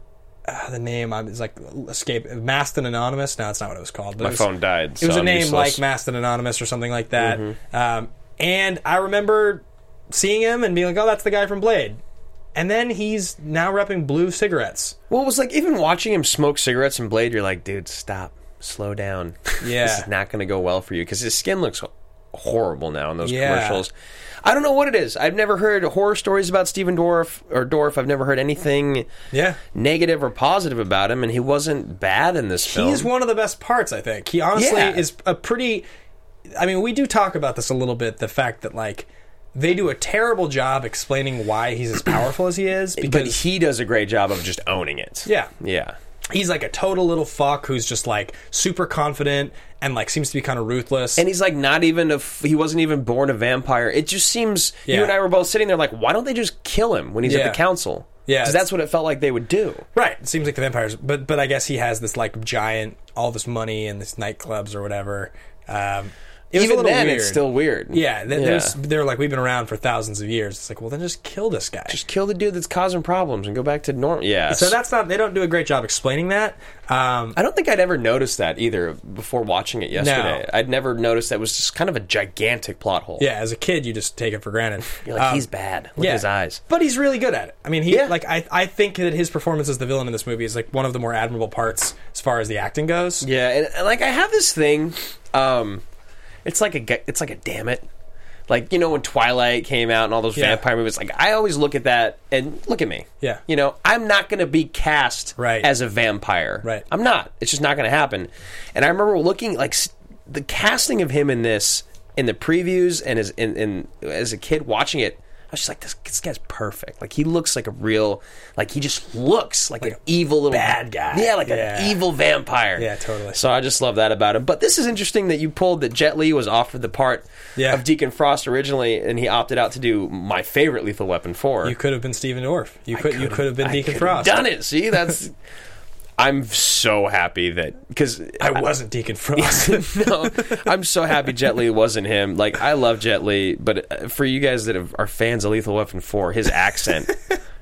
A: Uh, the name I was like escape masked and anonymous. No, that's not what it was called. but
C: My
A: it was-
C: phone died,
A: It
C: so
A: was a
C: I'm
A: name
C: useless.
A: like Masked and Anonymous or something like that.
C: Mhm.
A: Um, and I remember seeing him and being like, "Oh, that's the guy from Blade." And then he's now repping blue cigarettes.
C: Well, it was like even watching him smoke cigarettes and Blade, you're like, dude, stop, slow down.
A: Yeah.
C: this is not going to go well for you because his skin looks ho- horrible now in those
A: Yeah.
C: commercials. I don't know what it is. I've never heard horror stories about Steven Dorff or Dorff. I've never heard anything
A: yeah.
C: negative or positive about him, and he wasn't bad in this film.
A: He's one of the best parts, I think. He honestly
C: Yeah.
A: is a pretty. I mean, we do talk about this a little bit. The fact that like they do a terrible job explaining why he's as powerful as he is,
C: but he does a great job of just owning it.
A: Yeah.
C: Yeah.
A: he's like a total little fuck who's just like super confident and like seems to be kind of ruthless.
C: And he's like not even a f- he wasn't even born a vampire. It just seems you
A: Yeah.
C: and I were both sitting there like, why don't they just kill him when he's at
A: Yeah.
C: the council?
A: Yeah,
C: because that's what it felt like they would do.
A: Right. It seems like the vampires, but but I guess he has this like giant, all this money and this nightclubs or whatever. Um, it was a
C: Even
A: little
C: then,
A: weird.
C: it's still weird.
A: Yeah, th-
C: Yeah.
A: there's- they're like we've been around for thousands of years. It's like, well, then just kill this guy.
C: Just kill the dude that's causing problems and go back to normal. Yeah.
A: So that's not. They don't do a great job explaining that. Um,
C: I don't think I'd ever noticed that either before watching it yesterday. I'd never noticed that was just kind of a gigantic plot hole.
A: Yeah, as a kid, you just take it for granted. Um,
C: You're like, he's bad. Look at his eyes.
A: But he's really good at it. I mean, he like I, I think that his performance as the villain in this movie is like one of the more admirable parts as far as the acting goes.
C: Yeah, and, and like I have this thing, um, it's like a ge- it's like a damn it. Like you know when Twilight came out and all those
A: Yeah.
C: vampire movies, like I always look at that and look at me.
A: Yeah.
C: you know I'm not going to be cast as a vampire. Right, I'm not. It's just not going to happen. And I remember looking like s- the casting of him in this in the previews and as in, in as a kid watching it, I was just like this, this guy's perfect. Like he looks like a real like he just looks like, an evil little
K: bad guy.
C: Yeah, like
K: Yeah.
C: an evil vampire.
K: Yeah, totally.
C: So I just love that about him. But this is interesting that you pulled that Jet Li was offered the part of Deacon Frost originally, and he opted out to do my favorite Lethal Weapon four.
A: You could have been Stephen Dorff. You could you could have been
C: I
A: Deacon
C: could've
A: Frost.
C: Done it. See, that's. I'm so happy that because
A: I wasn't Deacon Frost.
C: no, I'm so happy Jet Li wasn't him. Like I love Jet Li, but uh, for you guys that have, are fans of Lethal Weapon Four, his accent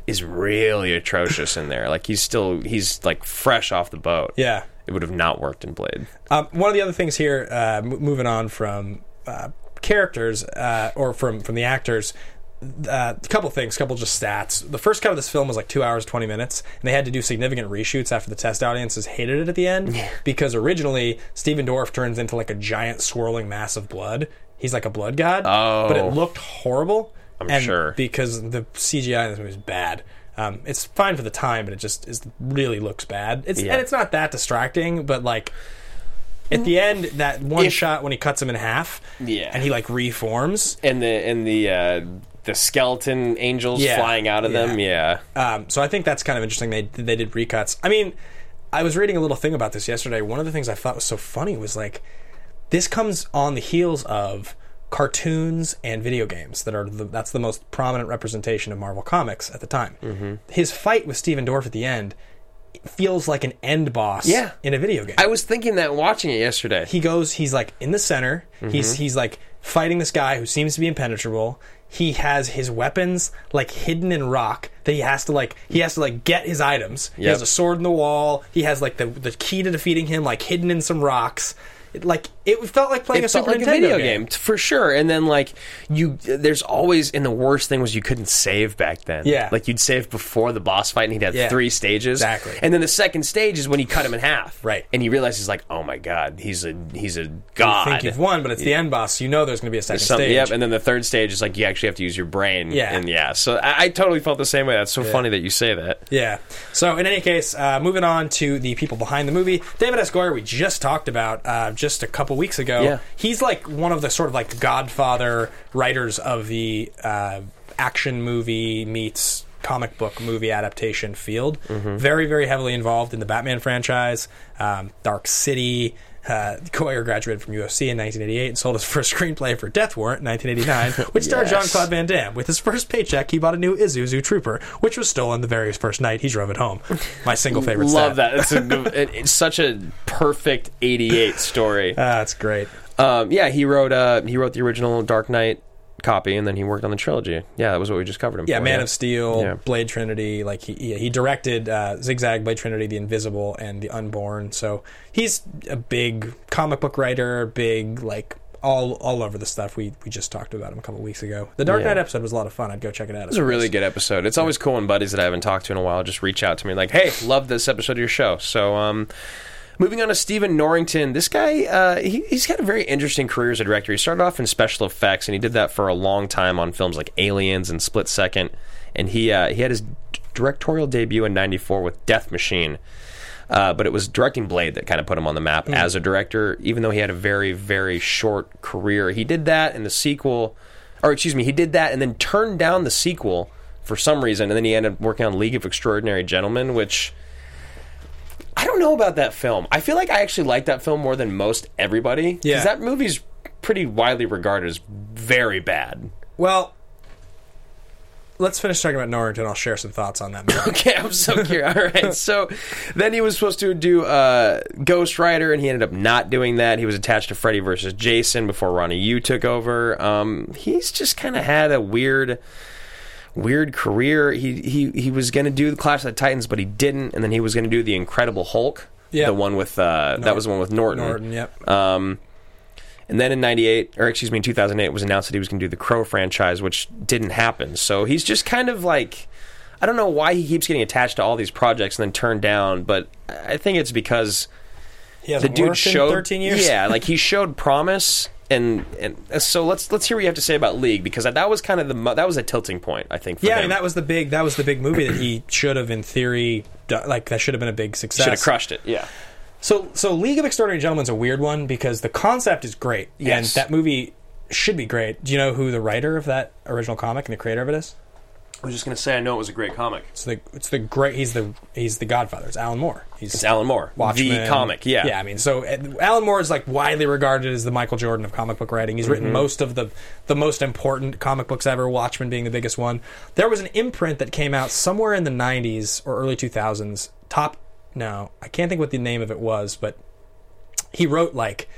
C: is really atrocious in there. Like he's still he's like fresh off the boat.
A: Yeah.
C: it would have not worked in Blade.
A: Um, one of the other things here, uh, m- moving on from uh, characters uh, or from from the actors. Uh, a couple things, couple just stats. The first cut of this film was like two hours twenty minutes, and they had to do significant reshoots after the test audiences hated it at the end because originally Steven Dorff turns into like a giant swirling mass of blood. He's like a blood god, but
C: Oh.
A: it looked horrible.
C: I'm
A: and
C: sure.
A: because the CGI in this movie is bad. Um, it's fine for the time, but it just is really looks bad. It's
C: Yeah.
A: and it's not that distracting, but like at the end, that one
C: If-
A: shot when he cuts him in half,
C: Yeah,
A: and he like reforms,
C: and the and the uh, the skeleton angels
A: Yeah.
C: flying out of
A: Yeah.
C: them. Yeah,
A: Um, so I think that's kind of interesting. They they did recuts. I mean, I was reading a little thing about this yesterday. One of the things I thought was so funny was like this comes on the heels of cartoons and video games that are the, that's the most prominent representation of Marvel comics at the time.
C: Mm-hmm.
A: His fight with Steven Dorff at the end feels like an end boss
C: Yeah.
A: in a video game.
C: I was thinking that watching it yesterday.
A: He goes, he's like in the center. He's
C: Mhm.
A: he's like fighting this guy who seems to be impenetrable. He has his weapons like hidden in rock that he has to like he has to like get his items. He
C: Yep.
A: has a sword in the wall. He has like the the key to defeating him like hidden in some rocks. It, like it felt like playing a
C: it felt
A: Super
C: like
A: Nintendo
C: a video
A: game.
C: game. t- for sure. And then like you, there's always and the worst thing was you couldn't save back then.
A: Yeah.
C: like you'd save before the boss fight, and he'd have
A: Yeah.
C: three stages.
A: Exactly.
C: And then the second stage is when you cut him in half.
A: Right.
C: And you realize he's like, oh my god, he's a he's a
A: You
C: god.
A: think you've won, but it's the end boss. so You know there's going to be a second
C: There's something-
A: stage.
C: Yep, and then the third stage is like you actually have to use your brain.
A: Yeah.
C: and yeah. So I, I totally felt the same way. That's so
A: Yeah.
C: funny that you say that.
A: Yeah. So, in any case, uh, moving on to the people behind the movie. David S. Goyer, we just talked about uh, just a couple weeks ago.
C: Yeah.
A: He's like one of the sort of like godfather writers of the uh, action movie meets comic book movie adaptation field.
C: Mm-hmm.
A: Very, very heavily involved in the Batman franchise, um, Dark City. Uh, Goyer graduated from UFC in 1988 and sold his first screenplay for Death Warrant in 1989, which starred John
C: Yes.
A: Claude Van Damme. With his first paycheck, he bought a new Isuzu Trooper, which was stolen the very first night he drove it home. My single favorite.
C: Love
A: stat.
C: that. It's, a, good- it- it's such a perfect '88 story.
A: That's great.
C: Um, yeah, he wrote. Uh, he wrote the original Dark Knight copy, and then he worked on the trilogy. Yeah, that was what we just covered him.
A: Yeah,
C: for,
A: Man of Steel,
C: Oh, Yeah.
A: Blade Trinity. Like he, yeah, he directed uh, Zigzag, Blade Trinity, The Invisible, and The Unborn. So he's a big comic book writer, big like all all over the stuff. We we just talked about him a couple weeks ago. The Dark
C: Yeah.
A: Knight episode was a lot of fun. I'd go check it out.
C: It was a really good episode. It's always cool when buddies that I haven't talked to in a while just reach out to me like, "Hey, love this episode of your show." So, um, moving on to Stephen Norrington, this guy uh, he, he's had a very interesting career as a director. He started off in special effects, and he did that for a long time on films like Aliens and Split Second. And he uh, he had his d- directorial debut in '94 with Death Machine. Uh, but it was directing Blade that kind of put him on the map as a director, even though he had a very, very short career. He did that in the sequel, or excuse me, he did that and then turned down the sequel for some reason, and then he ended up working on League of Extraordinary Gentlemen, which I don't know about that film. I feel like I actually like that film more than most everybody. Because
A: Yeah.
C: that movie's pretty widely regarded as very bad.
A: Well, let's finish talking about Norrington. I'll share some thoughts on that. movie.
C: Okay, I'm so curious. All right, so then he was supposed to do uh, Ghost Rider, and he ended up not doing that. He was attached to Freddy versus Jason before Ronnie Yu took over. Um, he's just kind of had a weird, weird career. He he he was going to do the Clash of the Titans, but he didn't, and then he was going to do the Incredible Hulk.
A: Yeah.
C: the one with uh, that was the one with Norton.
A: Norton, yep.
C: Um, and then in 98, or excuse me, in 2008, it was announced that he was going to do the Crow franchise, which didn't happen. So he's just kind of like, I don't know why he keeps getting attached to all these projects and then turned down, but I think it's because
A: He hasn't worked in 13 years?
C: Yeah, like he showed promise and and so let's let's hear what you have to say about League because that was kind of the mo- that was a tilting point I think. For
A: yeah, I
C: him.
A: mean that was the big that was the big movie that he should have in theory done, like that should have been a big success.
C: should have crushed it. Yeah.
A: So so League of Extraordinary Gentlemen's a weird one because the concept is great
C: Yes.
A: and that movie should be great. Do you know who the writer of that original comic and the creator of it is?
C: I was just gonna say I know it was a great comic.
A: It's the it's the great he's the he's the Godfather. It's Alan Moore. He's
C: It's Alan Moore,
A: Watchmen.
C: the comic. Yeah,
A: yeah. I mean, so uh, Alan Moore is like widely regarded as the Michael Jordan of comic book writing. He's written
C: Mhm.
A: most of the the most important comic books ever. Watchmen being the biggest one. There was an imprint that came out somewhere in the '90s or early 2000s. Top. No, I can't think what the name of it was, but he wrote like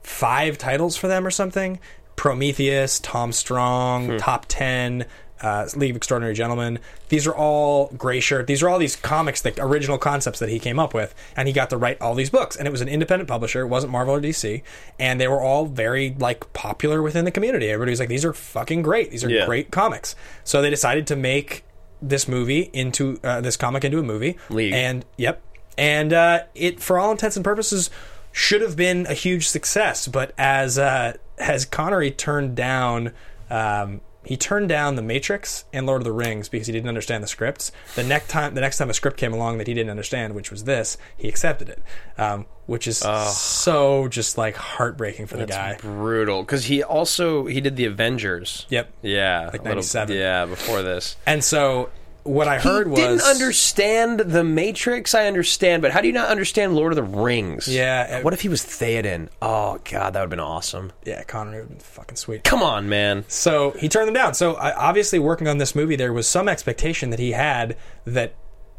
A: five titles for them or something Prometheus, Tom Strong,
C: Hmm.
A: Top 10, uh, League of Extraordinary Gentlemen. These are all Gray Shirt. These are all these comics, the original concepts that he came up with. And he got to write all these books. And it was an independent publisher. It wasn't Marvel or DC. And they were all very like popular within the community. Everybody was like, these are fucking great. These are
C: Yeah.
A: great comics. So they decided to make this movie into uh, this comic into a movie.
C: League.
A: And yep. And uh, it, for all intents and purposes, should have been a huge success. But as uh, as Connery turned down, um, he turned down The Matrix and Lord of the Rings because he didn't understand the scripts. The next time, the next time a script came along that he didn't understand, which was this, he accepted it, um, which is so just like heartbreaking for the
C: That's
A: guy.
C: brutal because he also he did the Avengers.
A: Yep.
C: Yeah,
A: Like
C: a little-
A: 97.
C: Yeah, before this.
A: And so what I heard was
C: didn't understand the Matrix. I understand, but how do you not understand Lord of the Rings?
A: Yeah, it-
C: what if he was Theoden? Oh god, that would have been awesome.
A: yeah, Connery would have been fucking sweet.
C: Come on, man.
A: So he turned them down. So I, obviously, working on this movie, there was some expectation that he had that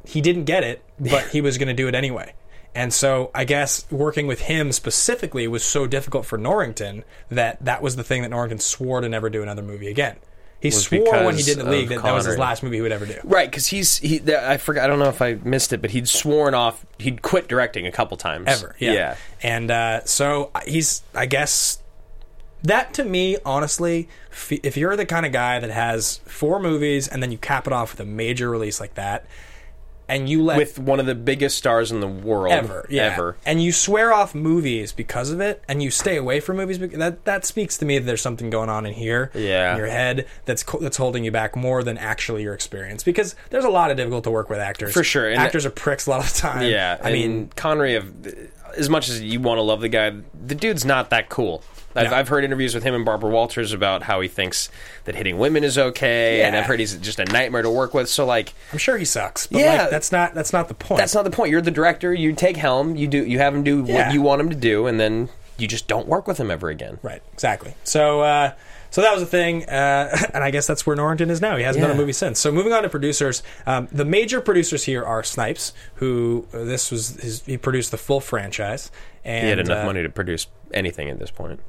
A: he didn't get it, but he was going to do it anyway. And so I guess working with him specifically was so difficult for Norrington that that was the thing that Norrington swore to never do another movie again. He
C: Was
A: swore when he
C: because
A: did the
C: of
A: league that that was his
C: Connery.
A: last movie he would ever do.
C: Right, because he's he. th- I forgot. I don't know if I missed it, but he'd sworn off. He'd quit directing a couple times
A: ever. Yeah. And uh, so he's, I guess, that to me, honestly, f- if you're the kind of guy that has four movies and then you cap it off with a major release like that, and you let
C: with one of the biggest stars in the world
A: ever, yeah,
C: ever.
A: and you swear off movies because of it, and you stay away from movies. bec- That that speaks to me that there's something going on in here,
C: Yeah.
A: in your head that's co- that's holding you back more than actually your experience. Because there's a lot of difficult to work with actors
C: For sure, and
A: actors are pricks a lot of the time.
C: Yeah,
A: I mean,
C: Connery. Of as much as you want to love the guy, the dude's not that cool. I've,
A: No.
C: I've heard interviews with him and Barbara Walters about how he thinks that hitting women is okay, and
A: Yeah.
C: I've heard he's just a nightmare to work with. So like,
A: I'm sure he sucks, but
C: Yeah.
A: like, that's not that's not the point.
C: that's not the point. You're the director. You take helm. You do. You have him do
A: Yeah.
C: what you want him to do, and then you just don't work with him ever again.
A: Right, exactly. So, uh, so that was the thing, uh, and I guess that's where Norrington is now. He hasn't done a
C: Yeah.
A: movie since. So, moving on to producers, um, the major producers here are Snipes, who uh, this was his, he produced the full franchise. And
C: he had enough
A: uh,
C: money to produce anything at this point.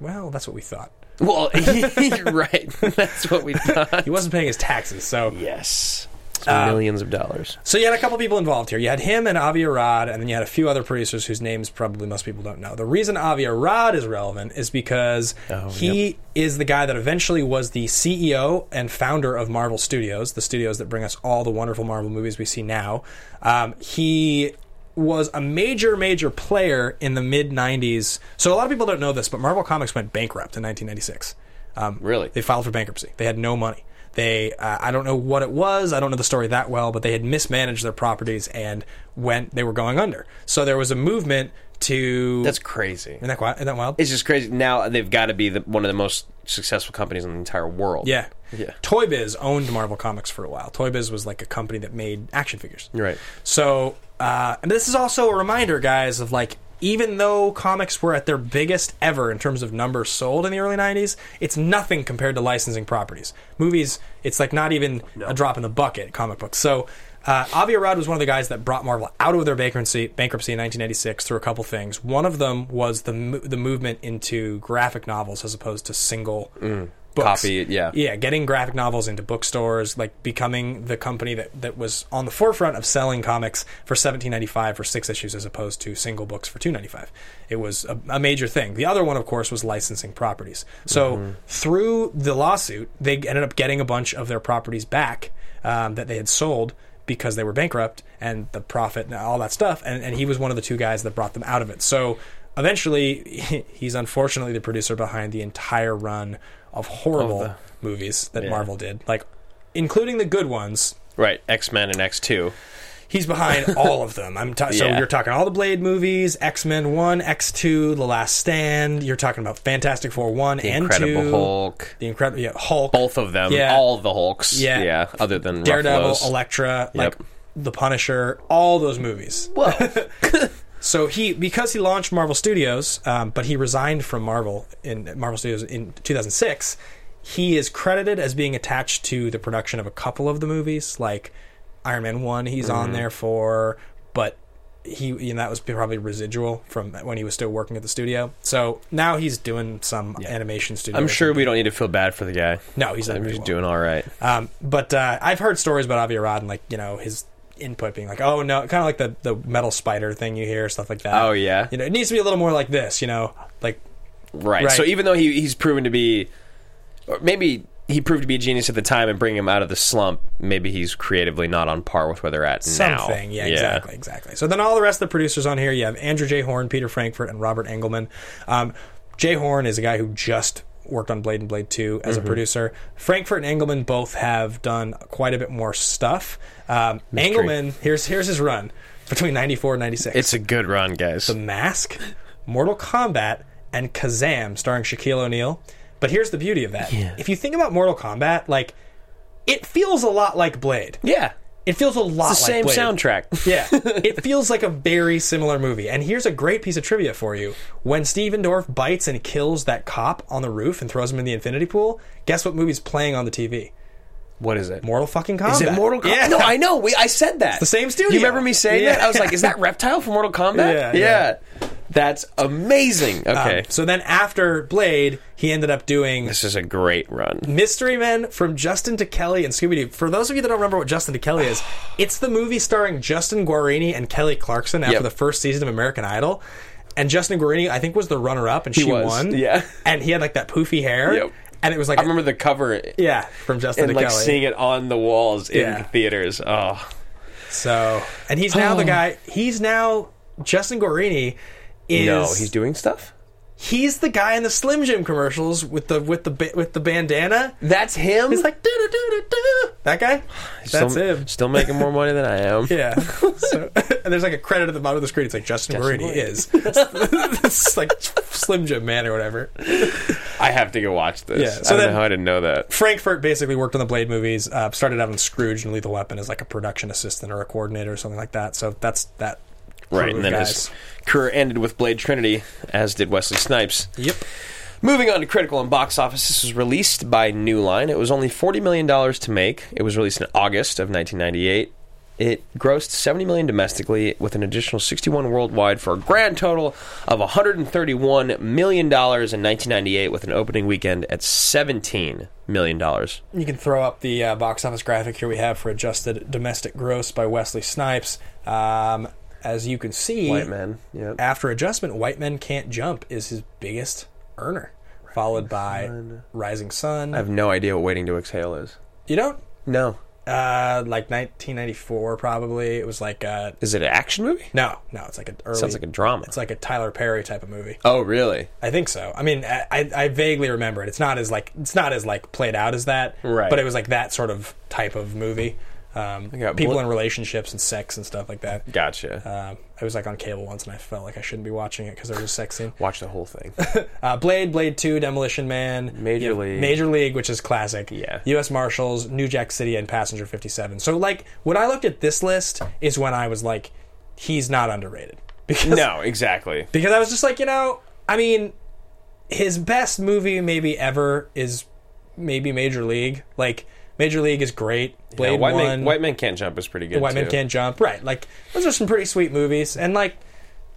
A: Well, that's what we thought.
C: Well, right. That's what we thought.
A: He wasn't paying his taxes, so
C: yes, It's
A: Uh,
C: millions of dollars.
A: So you had a couple people involved here. You had him and Avi Arad, and then you had a few other producers whose names probably most people don't know. The reason Avi Arad is relevant is because he is the guy that eventually was the CEO and founder of Marvel Studios, the studios that bring us all the wonderful Marvel movies we see now. Um, he was a major, major player in the mid 90s. So a lot of people don't know this, but Marvel Comics went bankrupt in 1996. Um,
C: really?
A: They filed for bankruptcy. They had no money. They, uh, I don't know what it was. I don't know the story that well, but they had mismanaged their properties and went, they were going under. So there was a movement to.
C: That's crazy.
A: Isn't that, wi- isn't that wild?
C: It's just crazy. Now they've got to be the, one of the most successful companies in the entire world.
A: Yeah.
C: Yeah.
A: Toy Biz owned Marvel Comics for a while. Toy Biz was like a company that made action figures.
C: Right.
A: So, uh, and this is also a reminder, guys, of like, even though comics were at their biggest ever in terms of numbers sold in the early 90s, it's nothing compared to licensing properties. Movies, it's like not even a drop in the bucket, comic books. So, uh, Avi Arad was one of the guys that brought Marvel out of their bankruptcy, bankruptcy in 1986 through a couple things. One of them was the, mo- the movement into graphic novels as opposed to single
C: Mm.
A: books.
C: Copy it, yeah.
A: Yeah, getting graphic novels into bookstores, like becoming the company that, that was on the forefront of selling comics for seventeen ninety five for six issues as opposed to single books for two ninety five. It was a, a major thing. The other one, of course, was licensing properties. So
C: Mm-hmm.
A: through the lawsuit, they ended up getting a bunch of their properties back um, that they had sold because they were bankrupt and the profit and all that stuff. And, and he was one of the two guys that brought them out of it. So eventually, he's unfortunately the producer behind the entire run of horrible
C: Of
A: movies that
C: Yeah.
A: Marvel did, like including the good ones.
C: Right, X Men and X Two.
A: He's behind all of them. I'm ta- so
C: Yeah.
A: you're talking all the Blade movies, X Men One, X Two, The Last Stand. You're talking about Fantastic Four One
C: The
A: and
C: Incredible
A: Two,
C: Hulk.
A: the Incredible yeah, Hulk,
C: both of them,
A: Yeah.
C: all the Hulks.
A: Yeah.
C: yeah other than
A: Daredevil,
C: Ruffalo's.
A: Elektra, like
C: Yep.
A: The Punisher, all those movies. so he because he launched Marvel Studios, um, but he resigned from Marvel in Marvel Studios in 2006. He is credited as being attached to the production of a couple of the movies, like Iron Man One. He's on
C: Mhm.
A: there for, but he and that was probably residual from when he was still working at the studio. So now he's doing some animation studio.
C: I'm
A: or
C: sure we don't need to feel bad for the guy.
A: No, he's done
C: He's
A: pretty well.
C: doing all right.
A: Um, but uh, I've heard stories about Avi Arad and like you know his input being like, oh no, kind of like the the metal spider thing you hear stuff like that.
C: Oh, yeah?
A: you know it needs to be a little more like this. You know, like
C: Right. So even though he, he's proven to be, or maybe he proved to be a genius at the time and bring him out of the slump, maybe he's creatively not on par with where they're at now.
A: something, yeah, exactly, exactly. So then all the rest of the producers on here, you have Andrew J. Horn, Peter Frankfurt, and Robert Engelman. Um, J. Horn is a guy who just worked on Blade and Blade Two as
C: Mhm.
A: a producer. Frankfurt and Engelman both have done quite a bit more stuff. Um,
C: Mystery.
A: Engelman, here's here's his run between '94 and '96.
C: It's a good run, guys.
A: The Mask, Mortal Kombat, and Kazam, starring Shaquille O'Neal. But here's the beauty of that. If you think about Mortal Kombat, like it feels a lot like Blade.
C: Yeah.
A: It feels a lot
C: It's the
A: like
C: same
A: Blade.
C: soundtrack.
A: yeah. It feels like a very similar movie. And here's a great piece of trivia for you. When Stevendorf bites and kills that cop on the roof and throws him in the infinity pool, guess what movie's playing on the TV?
C: What is it?
A: Mortal fucking Kombat.
C: Is it Mortal Kombat?
A: Yeah.
C: No, I know. We, I said that.
A: It's the same studio.
C: You remember me saying
A: Yeah.
C: that? I was like, is that Reptile from Mortal Kombat?
A: Yeah,
C: That's amazing.
A: Um,
C: Okay.
A: so then after Blade, he ended up doing
C: this is a great run.
A: Mystery Men from Justin to Kelly and Scooby Doo. For those of you that don't remember what Justin to Kelly is, it's the movie starring Justin Guarini and Kelly Clarkson after
C: Yep.
A: the first season of American Idol. And Justin Guarini, I think, was the runner up and
C: He
A: she
C: was,
A: won.
C: yeah.
A: And he had like that poofy hair.
C: Yep.
A: And it was like,
C: I remember the cover.
A: yeah, from Justin
C: and
A: to
C: like
A: Kelly.
C: seeing it on the walls in
A: Yeah.
C: theaters. Oh,
A: So, and he's now the guy, he's now Justin Guarini is.
C: no, he's doing stuff.
A: He's the guy in the Slim Jim commercials with the with the ba- with the bandana.
C: That's him.
A: He's like da da da da da. That guy. That's
C: still,
A: him.
C: Still making more money than I am.
A: Yeah. So, and there's like a credit at the bottom of the screen. It's like Justin,
C: Justin
A: Guarini
C: Guarini.
A: is. it's like Slim Jim Man or whatever.
C: I have to go watch this.
A: Yeah, so
C: I don't
A: then-
C: know how I didn't know that.
A: Frankfurt basically worked on the Blade movies. Uh, started out on Scrooge and Lethal Weapon as like a production assistant or a coordinator or something like that. So that's that.
C: Right,
A: crew
C: and
A: of
C: then
A: Oh, guys.
C: his career ended with Blade Trinity, as did Wesley Snipes.
A: Yep.
C: Moving on to critical and box office, this was released by New Line. It was only $40 million to make. It was released in August of 1998. It grossed 70 million domestically with an additional 61 worldwide for a grand total of 131 million dollars in 1998 with an opening weekend at 17 million dollars.
A: You can throw up the uh, box office graphic here we have for adjusted domestic gross by Wesley Snipes. Um, as you can see,
C: White Men, yep.
A: after adjustment, White Men Can't Jump is his biggest earner, followed by Rising Sun.
C: I have no idea what Waiting to Exhale is.
A: you don't?
C: No.
A: Uh, like 1994, probably. It was like a.
C: Is it an action movie?
A: No, no, it's like an early.
C: Sounds like a drama.
A: It's like a Tyler Perry type of movie.
C: Oh, really?
A: I think so. I mean, I, I, I vaguely remember it. It's not as like it's not as like played out as that,
C: Right.
A: But it was like that sort of type of movie. Um,
C: got
A: people
C: bl-
A: in relationships and sex and stuff like that.
C: Gotcha.
A: Um, I was like on cable once, and I felt like I shouldn't be watching it because there was a sex scene.
C: Watch the whole thing.
A: Uh, Blade, Blade Two, Demolition Man,
C: Major
A: you know,
C: League.
A: Major League, which is classic. Yeah. U.S. Marshals, New Jack City, and Passenger Fifty Seven. So like when I looked at this list is when I was like, he's not underrated because
C: no, exactly.
A: because I was just like you know I mean his best movie maybe ever is maybe Major League like Major League is great. Blade
C: Yeah, White,
A: One,
C: Man, White Man Can't Jump is pretty good.
A: White
C: too.
A: Men Can't Jump. Right. Like those are some pretty sweet movies, and like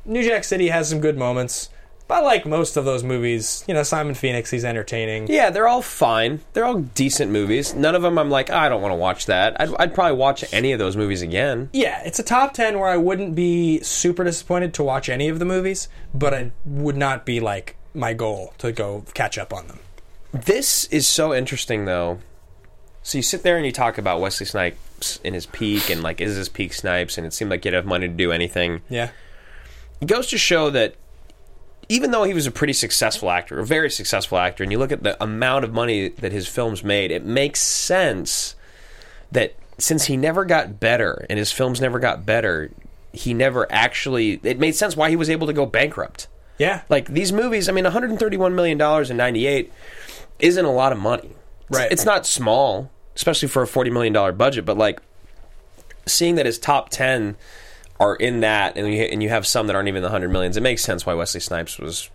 A: New Jack City has some good moments. But like most of those movies, you know, Simon Phoenix, he's entertaining.
C: Yeah, they're all fine. They're all decent movies. None of them I'm like, I don't want to watch that. I'd, I'd probably watch any of those movies again.
A: Yeah, it's a top ten where I wouldn't be super disappointed to watch any of the movies, but it would not be like my goal to go catch up on them.
C: This is so interesting, though. So you sit there and you talk about Wesley Snipes in his peak and like, is his peak Snipes? And it seemed like he'd have money to do anything.
A: Yeah.
C: It goes to show that even though he was a pretty successful actor, a very successful actor, and you look at the amount of money that his films made, it makes sense that since he never got better and his films never got better, he never actually. It made sense why he was able to go bankrupt.
A: Yeah.
C: Like these movies, I mean, $131 million in 98 isn't a lot of money.
A: Right.
C: It's not small, especially for a $40 million budget, but like seeing that his top 10 are in that and you, and you have some that aren't even the 100 millions, it makes sense why Wesley Snipes was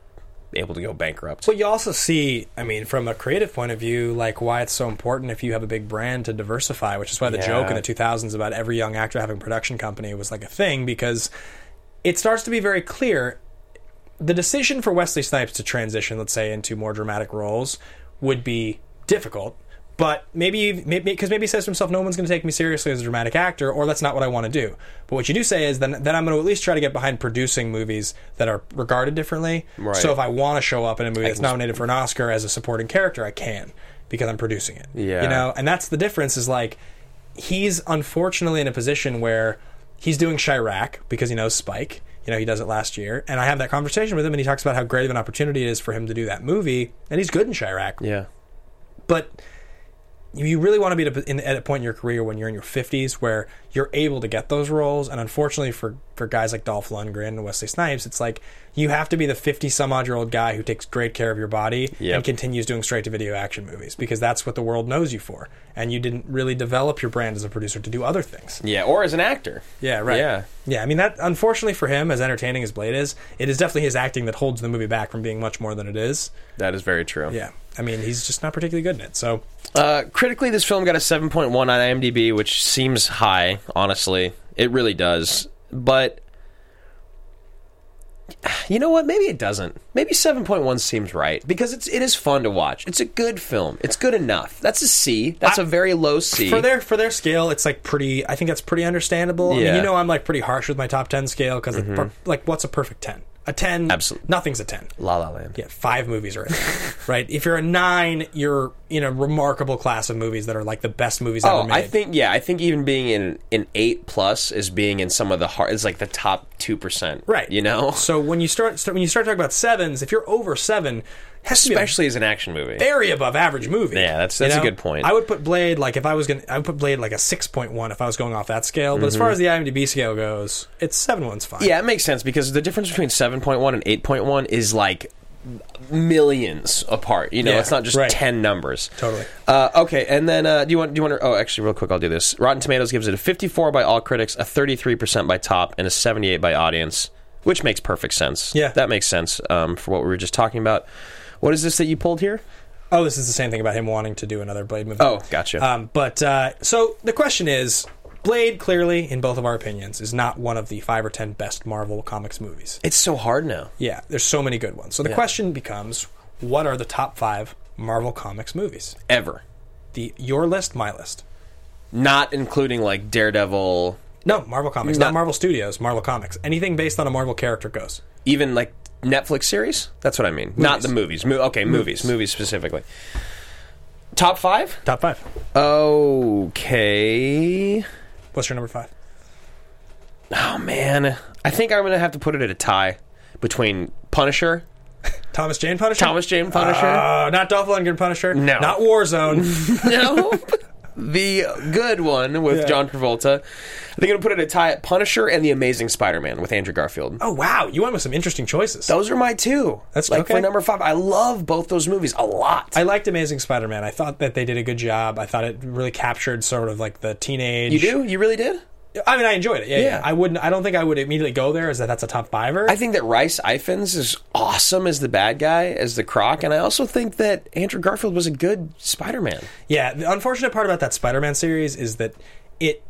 C: able to go bankrupt.
A: Well, you also see, I mean, from a creative point of view, like why it's so important if you have a big brand to diversify, which is why the
C: Yeah.
A: joke in the 2000s about every young actor having a production company was like a thing because it starts to be very clear the decision for Wesley Snipes to transition, let's say, into more dramatic roles would be difficult. But maybe, maybe because maybe he says to himself, "No one's going to take me seriously as a dramatic actor," or that's not what I want to do. But what you do say is, then, then I'm going to at least try to get behind producing movies that are regarded differently.
C: Right.
A: So if I want to show up in a movie
C: I
A: that's
C: can-
A: nominated for an Oscar as a supporting character, I can because I'm producing it.
C: Yeah.
A: you know, and that's the difference. Is like he's unfortunately in a position where he's doing Chirac because he knows Spike. You know, he does it last year. And I have that conversation with him, and he talks about how great of an opportunity it is for him to do that movie. And he's good in Chirac.
C: Yeah.
A: But you really want to be at a, in, at a point in your career when you're in your 50s where you're able to get those roles. And unfortunately, for, for guys like Dolph Lundgren and Wesley Snipes, it's like you have to be the 50 some odd year old guy who takes great care of your body
C: Yep.
A: and continues doing straight to video action movies because that's what the world knows you for. And you didn't really develop your brand as a producer to do other things.
C: Yeah, or as an actor.
A: Yeah, right.
C: Yeah.
A: Yeah, I mean that unfortunately for him, as entertaining as Blade is, it is definitely his acting that holds the movie back from being much more than it is.
C: That is very true.
A: Yeah. I mean, he's just not particularly good in it. So
C: Uh, critically, this film got a 7.1 on IMDb, which seems high, honestly. It really does. But you know what? Maybe it doesn't. Maybe 7.1 seems right because it's it is fun to watch. It's a good film. It's good enough. That's a C. That's a very low C.
A: for their for their scale, it's like pretty I think that's pretty understandable. I mean,
C: Yeah.
A: you know I'm like pretty harsh with my top 10 scale cuz
C: Mhm.
A: like what's a perfect 10? A 10 Absolutely. Nothing's a 10.
C: La La Land.
A: Yeah, five movies are in there, right? If you're a 9, you're in a remarkable class of movies that are like the best movies
C: Oh,
A: ever made.
C: I think yeah, I think even being in an eight plus is being in some of the hard is like the top two percent,
A: Right.
C: You know,
A: So when you start, start when you start talking about sevens, if you're over 7, it has to be a
C: especially as an action movie.
A: very above average movie.
C: Yeah, that's
A: you
C: that's
A: know?
C: a good point.
A: I would put Blade like if I was gonna, I would put Blade like a six point one if I was going off that scale. But as
C: Mhm.
A: far as the IMDb scale goes, it's seven one's fine.
C: Yeah, it makes sense because the difference between 7.1 and 8.1 is like millions apart. You know,
A: Yeah,
C: it's not just
A: right.
C: 10 numbers.
A: Totally.
C: Uh, okay, and then uh, do you want do you want to, oh, actually real quick I'll do this. Rotten Tomatoes gives it a 54 by all critics, a 33% by top and a 78 by audience, which makes perfect sense.
A: Yeah.
C: That makes sense um, for what we were just talking about. What is this that you pulled here?
A: Oh, this is the same thing about him wanting to do another Blade movie.
C: Oh, gotcha.
A: Um, but uh, so the question is, Blade clearly, in both of our opinions, is not one of the five or ten best Marvel comics movies.
C: it's so hard now.
A: Yeah, there's so many good ones. So the
C: Yeah.
A: question becomes, what are the top five Marvel comics movies?
C: Ever.
A: The your list, my list.
C: Not including like Daredevil,
A: No, Marvel Comics,
C: No.
A: not Marvel Studios, Marvel Comics. Anything based on a Marvel character goes.
C: even like Netflix series? That's what I mean. Not the movies. Mo- okay, movies. Movies specifically. Top five?
A: Top five.
C: Okay.
A: What's your number five?
C: Oh man, I think I'm gonna have to put it at a tie between Punisher,
A: Thomas Jane Punisher.
C: Thomas Jane Punisher.
A: Uh, not Dolph Lundgren Punisher.
C: No.
A: Not Warzone.
C: no, the good one with
A: Yeah.
C: John Travolta. I think I'm gonna put it at a tie at Punisher and the Amazing Spider-Man with Andrew Garfield.
A: oh wow, you went with some interesting choices.
C: Those are my two.
A: That's
C: like
A: okay.
C: for number five. I love both those movies a lot.
A: I liked Amazing Spider-Man. I thought that they did a good job. I thought it really captured sort of like the teenage.
C: You do? You really did?
A: I mean, I enjoyed it. Yeah, yeah.
C: Yeah.
A: I wouldn't. I don't think I would immediately go there as that. That's a top fiver.
C: I think that Rice Iphens is awesome as the bad guy, as the croc, and I also think that Andrew Garfield was a good Spider-Man.
A: Yeah, the unfortunate part about that Spider-Man series is that it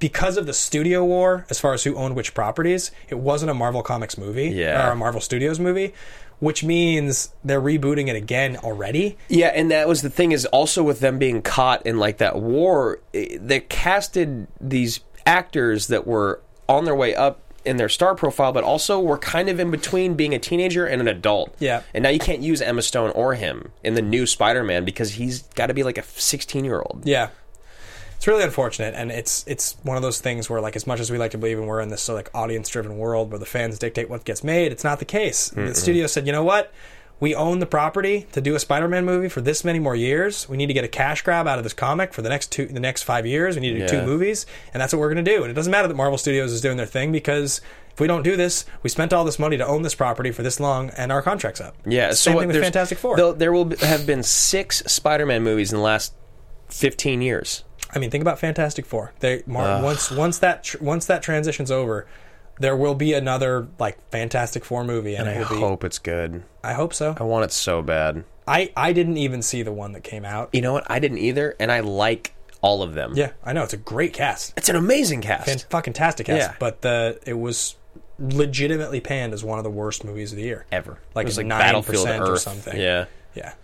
A: because of the studio war as far as who owned which properties, it wasn't a Marvel Comics movie
C: Yeah.
A: or a Marvel Studios movie, which means they're rebooting it again already.
C: Yeah, and that was the thing is also with them being caught in like that war, i- they casted these actors that were on their way up in their star profile, but also were kind of in between being a teenager and an adult.
A: Yeah.
C: And now you can't use Emma Stone or him in the new Spider Man because he's got to be like a 16 year old.
A: Yeah. it's really unfortunate, and it's it's one of those things where like as much as we like to believe, and we're in this so, like audience-driven world where the fans dictate what gets made, it's not the case. The
M: Mm-mm.
A: studio said, you know what? We own the property to do a Spider-Man movie for this many more years. We need to get a cash grab out of this comic for the next two, the next five years. We need to do
C: Yeah.
A: two movies, and that's what we're going to do. And it doesn't matter that Marvel Studios is doing their thing because if we don't do this, we spent all this money to own this property for this long, and our contract's up.
C: Yeah,
A: Same
C: so
A: thing with
C: there's-
A: Fantastic Four.
C: Though there will be, have been six Spider-Man movies in the last fifteen years.
A: I mean, think about Fantastic Four. They Mar-
C: Ugh.
A: once once that tr- once that transition's over, there will be another like Fantastic Four movie, and,
C: And I
A: it will be.
C: hope it's good.
A: I hope so.
C: I want it so bad.
A: I I didn't even see the one that came out.
C: You know what? I didn't either, and I like all of them.
A: Yeah, I know it's a great cast.
C: It's an amazing cast.
A: fucking tastic cast.
C: Yeah.
A: But the it was legitimately panned as one of the worst movies of the year
C: ever.
A: Like
C: It was
A: it's
C: like
A: like nine
C: Battlefield
A: percent or
C: Earth.
A: something.
C: Yeah.
A: Yeah.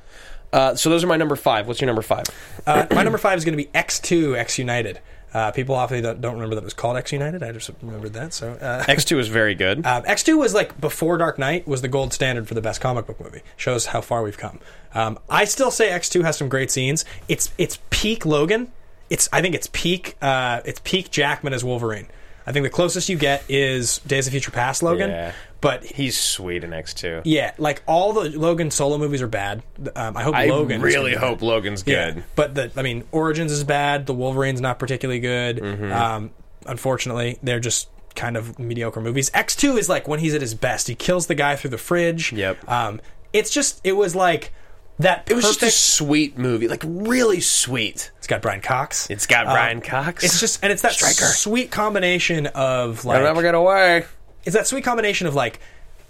C: Uh, so those are my number five. What's your number five?
A: Uh, my number five is going to be X2 X United. Uh, people often don't, don't remember that it was called X United. I just remembered that. So uh,
C: X two is very good.
A: Um, X two was like before Dark Knight was the gold standard for the best comic book movie. Shows how far we've come. Um, I still say X two has some great scenes. It's it's peak Logan. It's I think it's peak uh, it's peak Jackman as Wolverine. I think the closest you get is Days of Future Past Logan.
C: Yeah.
A: But
C: he's sweet in X two.
A: Yeah, like all the Logan solo movies are bad. Um, I hope
C: I
A: Logan. is
C: really
A: gonna be
C: hope
A: bad.
C: Logan's good.
A: but the I mean Origins is bad. The Wolverine's not particularly good.
C: Mm-hmm.
A: Um, unfortunately, they're just kind of mediocre movies. X two is like when he's at his best. He kills the guy through the fridge. Yep. Um, it's just it was like that.
C: It was just a
A: perfect-
C: sweet movie, like really sweet.
A: It's got Brian Cox.
C: It's got
A: Uh,
C: Brian Cox.
A: It's just and it's that
C: Striker.
A: sweet combination of like
C: never get away.
A: It's that sweet combination of like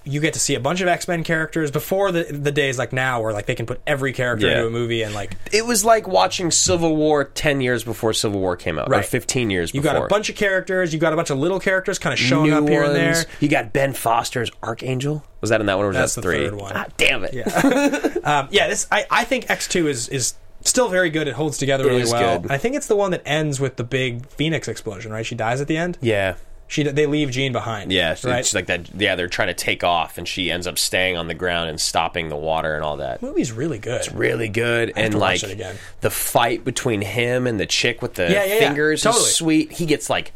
A: you get to see a bunch of X Men characters before the the days like now where like they can put every character
C: Yeah.
A: into a movie and like
C: It was like watching Civil War ten years before Civil War came out, or
A: Right.
C: fifteen years.
A: you
C: before.
A: got a bunch of characters, you got a bunch of little characters kind of showing
C: New
A: up here and there.
C: ones. You got Ben Foster's Archangel. Was that in that one? Or was
A: That's
C: that
A: the
C: three?
A: third one.
C: Ah, damn it!
A: Um, yeah, this I, I think X two is is still very good. It holds together
C: It
A: really
C: is
A: well.
C: good.
A: And I think it's the one that ends with the big Phoenix explosion. Right, she dies at the end.
C: Yeah.
A: She they leave Jean behind.
C: Yeah, it's
A: right.
C: it's like that. Yeah, they're trying to take off, and she ends up staying on the ground and stopping the water and all that.
A: movie's really good.
C: It's really good,
A: I have
C: and
A: to
C: like
A: watch it again.
C: the fight between him and the chick with the
A: Yeah, yeah, yeah.
C: fingers
A: Totally.
C: is sweet. He gets like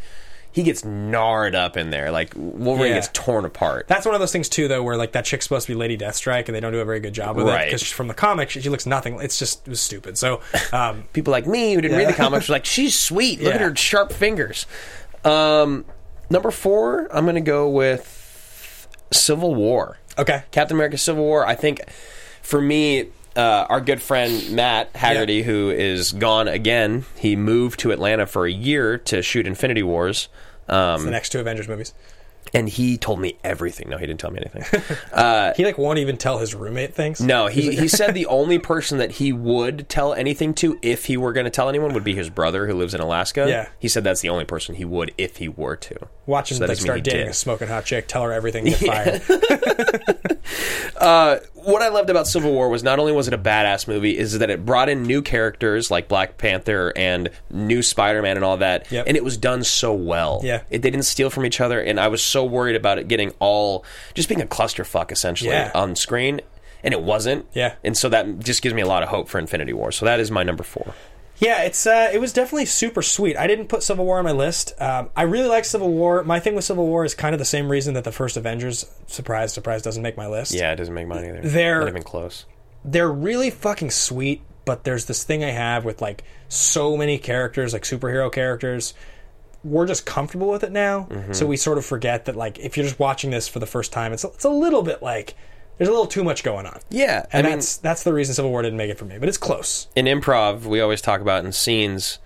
C: he gets gnarred up in there, like Wolverine
A: Yeah.
C: gets torn apart.
A: That's one of those things too, though, where like that chick's supposed to be Lady Deathstrike, and they don't do a very good job with it
C: Right.
A: because from the comic she, she looks nothing. It's just it was stupid. So um,
C: people like me who didn't read the comics were like, she's sweet. Look at her sharp fingers. Um, number four, I'm going to go with Civil War.
A: Okay.
C: Captain America Civil War. I think for me, uh, our good friend Matt Haggerty, who is gone again, he moved to Atlanta for a year to shoot Infinity Wars. Um,
A: the next two Avengers movies.
C: and he told me everything. No, he didn't tell me anything.
A: he like won't even tell his roommate things.
C: No, he,
A: He's like-
C: he said the only person that he would tell anything to if he were going to tell anyone would be his brother who lives in Alaska.
A: Yeah.
C: He said that's the only person he would if he were to.
A: watch him
C: So that
A: like
C: doesn't mean he
A: start dating
C: did.
A: a smoking hot chick, tell her everything, get fired.
C: Uh, what I loved about Civil War was not only was it a badass movie, is that it brought in new characters like Black Panther and new Spider Man and all that,
A: Yep.
C: and it was done so well.
A: Yeah.
C: it, they didn't steal from each other, and I was so worried about it getting all just being a clusterfuck essentially
A: Yeah.
C: on screen, and it wasn't.
A: Yeah.
C: and so that just gives me a lot of hope for Infinity War. So that is my number four.
A: Yeah, it's uh, it was definitely super sweet. I didn't put Civil War on my list. Um, I really like Civil War. My thing with Civil War is kind of the same reason that the first Avengers, surprise, surprise, doesn't make my list.
C: Yeah, it doesn't make mine either.
A: They're-
C: not even close.
A: they're really fucking sweet, but there's this thing I have with like so many characters, like superhero characters. We're just comfortable with it now,
C: Mm-hmm.
M: Mhm.
A: so we sort of forget that like if you're just watching this for the first time, it's it's a little bit like there's a little too much going on.
C: Yeah, I
A: and
C: mean-
A: that's that's the reason Civil War didn't make it for me, but it's close.
C: In improv, we always talk about in scenes,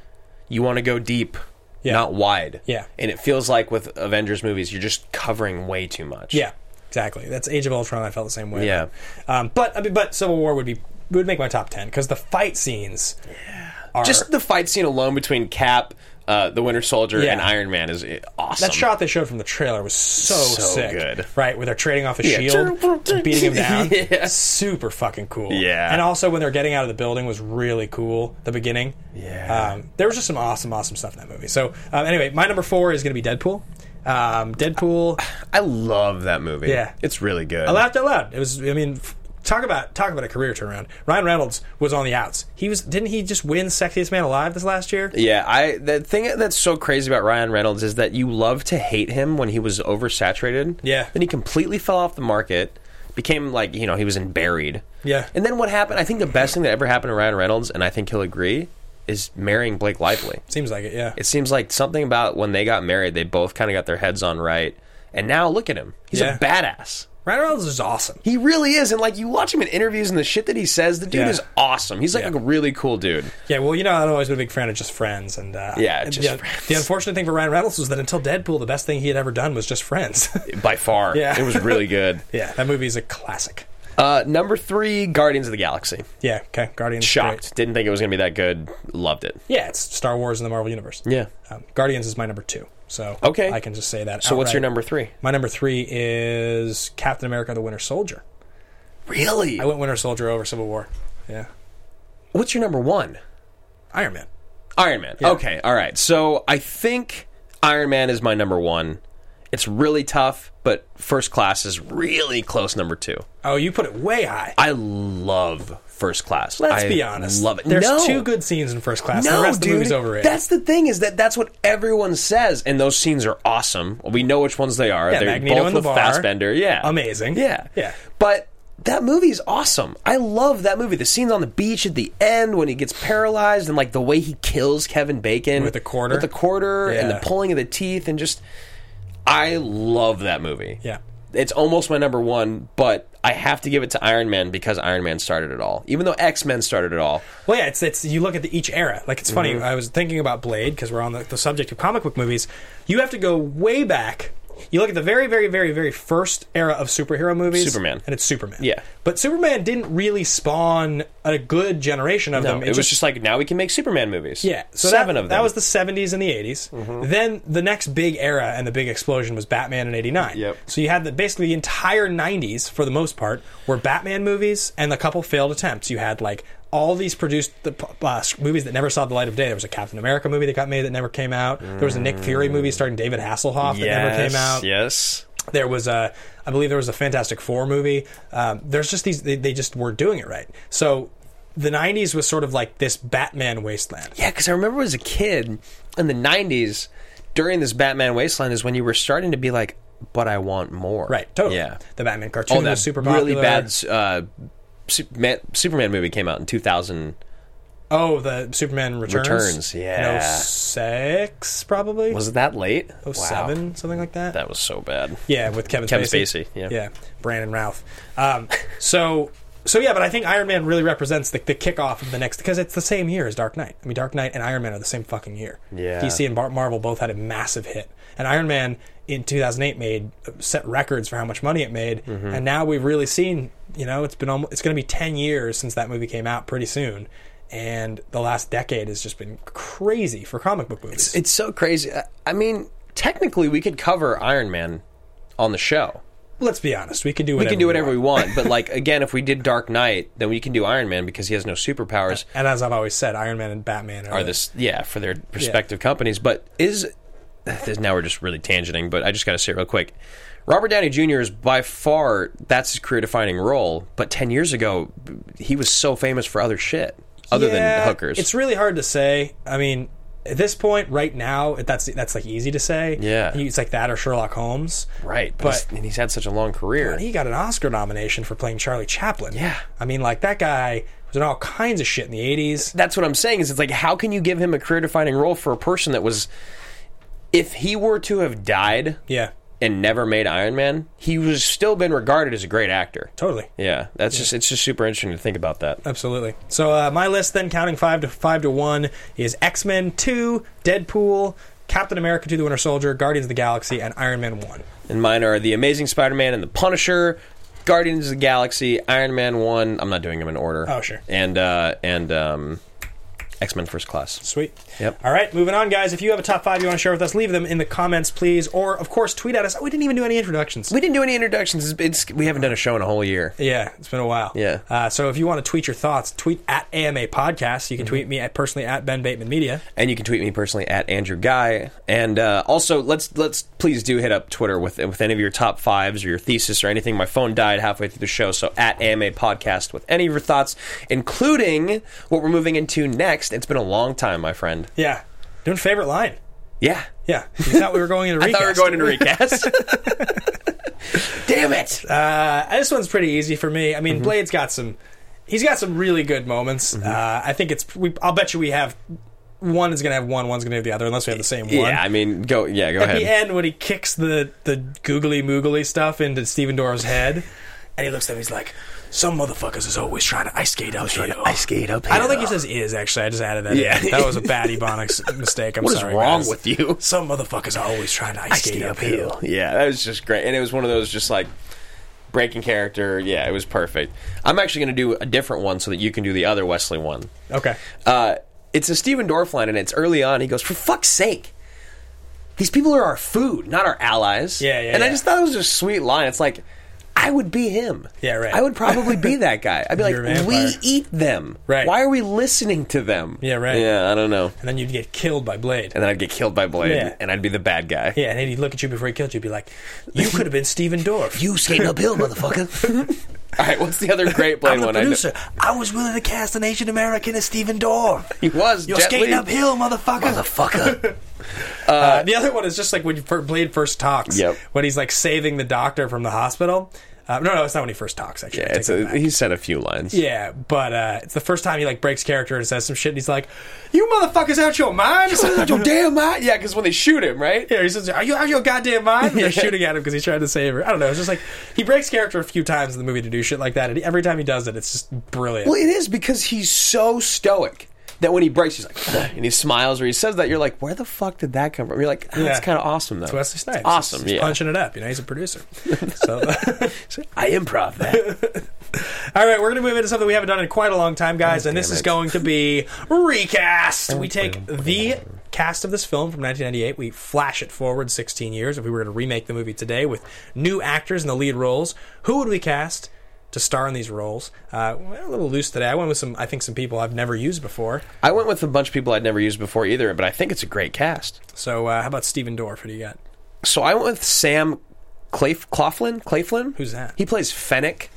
C: you want to go deep, not wide.
A: Yeah.
C: and it feels like with Avengers movies, you're just covering way too much.
A: Yeah, exactly. That's Age of Ultron. I felt the same way.
C: Yeah.
A: um, but I mean, but Civil War would be would make my top ten because the fight scenes. Are,
C: Just the fight scene alone between Cap, uh, the Winter Soldier,
A: Yeah.
C: and Iron Man is uh, awesome.
A: That shot they showed from the trailer was so,
C: So
A: sick.
C: good.
A: Right, where they're trading off a
C: Yeah.
A: shield, and beating him down.
C: Yeah.
A: Super fucking cool.
C: Yeah.
A: And also when they're getting out of the building was really cool. The beginning.
C: Yeah.
A: Um, there was just some awesome, awesome stuff in that movie. So um, anyway, my number four is going to be Deadpool. Um, Deadpool.
C: I love that movie.
A: Yeah.
C: it's really good.
A: I laughed out loud. It was. I mean, f- Talk about talk about a career turnaround. Ryan Reynolds was on the outs. He was didn't he just win Sexiest Man Alive this last year?
C: Yeah, I the thing that's so crazy about Ryan Reynolds is that you love to hate him when he was oversaturated.
A: Yeah.
C: Then he completely fell off the market, became like, you know, he was in buried.
A: Yeah.
C: And then what happened? I think the best thing that ever happened to Ryan Reynolds, and I think he'll agree, is marrying Blake Lively.
A: Seems like it, yeah.
C: It seems like something about when they got married, they both kind of got their heads on right. And now look at him. He's
A: Yeah.
C: a badass.
A: Ryan Reynolds is awesome.
C: He really is. And like you watch him in interviews and the shit that he says, the dude
A: Yeah.
C: is awesome. He's like a really cool dude.
A: Yeah, well, you know, I've always been a big fan of just Friends, and uh,
C: Yeah,
A: the-
C: Just
A: the, unfortunate thing for Ryan Reynolds was that until Deadpool, the best thing he had ever done was just Friends.
C: By far.
A: Yeah.
C: It was really good.
A: yeah, that movie's a classic.
C: Uh, number three, Guardians of the Galaxy.
A: Yeah, okay, Guardians.
C: Shocked. Didn't think it was going to be that good. Loved it.
A: Yeah, it's Star Wars in the Marvel Universe.
C: Yeah.
A: um, Guardians is my number two. So
C: Okay.
A: I can just say that.
C: So what's your
A: outright.
C: number three?
A: My number three is Captain America: The Winter Soldier.
C: Really?
A: I went Winter Soldier over Civil War. Yeah,
C: What's your number one?
A: Iron Man.
C: Iron Man. Okay. All right. So I think Iron Man is my number one. It's really tough, but First Class is really close number two.
A: Oh, you put it way high.
C: I love First Class.
A: Let's
C: I
A: be honest.
C: Love it.
A: There's
C: No.
A: two good scenes in First Class.
C: No,
A: the rest
C: dude.
A: of the movie's eh? overrated.
C: That's the thing is that that's what everyone says, and those scenes are awesome. We know which ones they are.
A: Yeah,
C: They're
A: Magneto
C: both
A: in the
C: with
A: bar.
C: Fassbender. Yeah,
A: amazing.
C: Yeah,
A: yeah.
C: But that movie is awesome. I love that movie. The scenes on the beach at the end when he gets paralyzed, and like the way he kills Kevin Bacon
A: With the quarter?
C: with the quarter, and the
A: Yeah.
C: pulling of the teeth, and just I love that movie.
A: Yeah.
C: It's almost my number one, but I have to give it to Iron Man because Iron Man started it all. Even though X Men started it all,
A: Well, yeah, it's it's you look at the, each era. Like it's funny.
C: Mhm.
A: I was thinking about Blade because we're on the, the subject of comic book movies. You have to go way back. You look at the very, very, very, very first era of superhero movies.
C: Superman.
A: and it's Superman.
C: Yeah.
A: but Superman didn't really spawn a good generation of
C: no,
A: them.
C: it, was just like now we can make Superman movies.
A: yeah, so
C: seven
A: that,
C: of them. Mm-hmm.
A: That was the '70s and the '80s. Then the next big era and the big explosion was Batman in '89. Yep. So you had the, basically the entire '90s for the most part were Batman movies and a couple failed attempts. You had like all these produced the, uh, movies that never saw the light of day. There was a Captain America movie that got made that never came out. There was a Nick Fury movie starring David Hasselhoff that never came out.
C: Mm. Yes.
A: There was a, I believe there was a Fantastic Four movie. Um, there's just these, they, they just were doing it right. So the 90s was sort of like this Batman wasteland.
C: Yeah, because I remember as a kid in the '90s, during this Batman Wasteland, is when you were starting to be like, "But I want more."
A: Right, totally.
C: Yeah.
A: The Batman cartoon
C: oh, that
A: was super
C: really
A: popular.
C: bad uh, Superman, Superman movie came out in 2000.
A: Oh, the Superman Returns.
C: Returns, yeah.
A: 06, probably.
C: Was it that late? Wow.
A: 07, something like that.
C: That was so bad.
A: Yeah, with Kevin
C: Kevin
A: Spacey.
C: Spacey, yeah.
A: yeah, Brandon Ralph. Um, so, so yeah, but I think Iron Man really represents the, the kickoff of the next because it's the same year as Dark Knight. I mean, Dark Knight and Iron Man are the same fucking year.
C: Yeah.
A: DC and Bar- Marvel both had a massive hit, and Iron Man in 2008 made set records for how much money it made,
C: Mm-hmm.
A: and now we've really seen. You know, it's been almost, it's going to be 10 years since that movie came out pretty soon. And the last decade has just been crazy for comic book movies.
C: It's so crazy. I- I mean, technically, we could cover Iron Man on the show.
A: Let's be honest, we could do
C: We
A: whatever
C: can do whatever we want, but like again, if we did Dark Knight, then we can do Iron Man because he has no superpowers.
A: And as I've always said, Iron Man and Batman are,
C: Are this yeah for their respective companies? But is this, now we're just really tangenting, but I just got to say it real quick. Robert Downey Jr. is by far that's his career defining role, but ten years ago he was so famous for other shit other
A: Yeah,
C: than hookers.
A: It's really hard to say. I mean, at this point, right now, that's that's like easy to say.
C: Yeah.
A: it's like that or Sherlock Holmes.
C: right, but,
A: but-
C: he's- and he's had such a long career.
A: God, he got an Oscar nomination for playing Charlie Chaplin.
C: Yeah.
A: I mean, like that guy was in all kinds of shit in the '80s.
C: that's what I'm saying is it's like how can you give him a career defining role for a person that was if he were to have died
A: Yeah,
C: and never made Iron Man, he was still been regarded as a great actor.
A: totally.
C: Yeah, that's just it's just super interesting to think about that.
A: Absolutely. So uh, my list, then counting five to five to one, is X Men Two, Deadpool, Captain America Two: The Winter Soldier, Guardians of the Galaxy, and Iron Man One.
C: And mine are The Amazing Spider-Man and The Punisher, Guardians of the Galaxy, Iron Man 1, I'm not doing them in order.
A: Oh, sure.
C: And uh and um X Men First Class.
A: Sweet.
C: Yep.
A: All right, moving on, guys. If you have a top five you want to share with us, leave them in the comments, please. Or, of course, tweet at us. Oh, we didn't even do any introductions.
C: We didn't do any introductions. It's, we haven't done a show in a whole year.
A: Yeah, it's been a while.
C: Yeah.
A: Uh, so if you want to tweet your thoughts, tweet at AMA Podcast. You can
C: Mm-hmm.
A: tweet me at personally at Ben Bateman Media.
C: And you can tweet me personally at Andrew Guy. And uh, also, let's let's please do hit up Twitter with with any of your top fives or your thesis or anything. My phone died halfway through the show, so at AMA Podcast with any of your thoughts, including what we're moving into next. It's been a long time, my friend.
A: Yeah. Doing favorite line.
C: Yeah.
A: Yeah. You thought we were going into
C: I
A: recast.
C: thought we were going into recast. Damn it!
A: Uh, this one's pretty easy for me. I mean,
C: Mm-hmm.
A: Blade's got some. He's got some really good moments. Uh, I think it's. We, I'll bet you we have. One is going to have one. One's going to have the other, unless we have the same one.
C: Yeah, I mean, go. Yeah, go
A: At
C: ahead.
A: the end, when he kicks the the googly moogly stuff into Steven Dorff's head, and he looks at him, he's like, "Some motherfuckers is always trying to ice skate up here." Ice skate up. I don't think he says is actually. I just added that.
C: Yeah.
A: in. that was a bad ebonics mistake. I'm
C: What is
A: sorry.
C: wrong
A: guys.
C: with you?
A: Some motherfuckers are always trying to ice, skate, uphill.
C: Yeah, that was just great. And it was one of those just like breaking character. Yeah, it was perfect. I'm actually going to do a different one so that you can do the other Wesley one.
A: Okay.
C: Uh, it's a Stephen Dorff line, and it's early on. He goes, "For fuck's sake, these people are our food, not our allies."
A: Yeah, yeah,
C: And I
A: yeah.
C: just thought it was a sweet line. It's like, I would be him.
A: Yeah, right.
C: I would probably be that guy. I'd be
A: You're a
C: like,
A: vampire.
C: "We eat them.
A: Right.
C: Why are we listening to them?"
A: Yeah, right.
C: Yeah, I don't know.
A: And then you'd get killed by Blade.
C: And then I'd get killed by Blade,
A: Yeah.
C: and I'd be the bad guy.
A: Yeah, and then he'd look at you before he killed you, be like, "You could have been Steven Dorff.
K: You skating uphill, motherfucker.
C: All right, what's the other great Blade
K: I'm the
C: one? I know?
K: producer. I, was willing to cast an Asian American as Steven Dorff.
C: He was.
K: You're
C: Jet
K: skating
C: Li.
K: uphill, motherfucker. Motherfucker.
A: Uh, the other one is just like when fir- Blade first talks.
C: Yep.
A: When he's like saving the doctor from the hospital. Uh, no, no, it's not when he first talks. Actually, I
C: Yeah,
A: take
C: it's
A: that
C: a,
A: back.
C: he said a few lines.
A: Yeah, but uh, it's the first time he like breaks character and says some shit. and He's like, "You motherfuckers out your mind?
C: out your damn mind!" Yeah, because when they shoot him, right?
A: Yeah, he says, "Are you out your goddamn mind?" And They're
C: Yeah.
A: shooting at him because he's trying to save her. I don't know. It's just like he breaks character a few times in the movie to do shit like that, and every time he does it, it's just brilliant.
C: Well, it is because he's so stoic that when he breaks, he's like, and he smiles or he says that. You're like, where the fuck did that come from? You're like, "Ah, that's
A: Yeah.
C: kind of awesome though.
A: It's Wesley Snipes.
C: It's awesome.
A: He's
C: yeah.
A: punching it up. You know, he's a producer. So,
C: I improv that.
A: all right, we're going to move into something we haven't done in quite a long time, guys, and this
C: damn
A: is
C: it.
A: going to be recast. We take the cast of this film from 1998, we flash it forward 16 years. If we were to remake the movie today with new actors in the lead roles, who would we cast? To star in these roles, uh, we're a little loose today. I went with some, I think, some people I've never used before.
C: I went with a bunch of people I'd never used before either, but I think it's a great cast.
A: So, uh, how about Steven Dorff? Who do you got?
C: So I went with Sam Claf- Claflin. Claflin.
A: Who's that?
C: He plays Fennec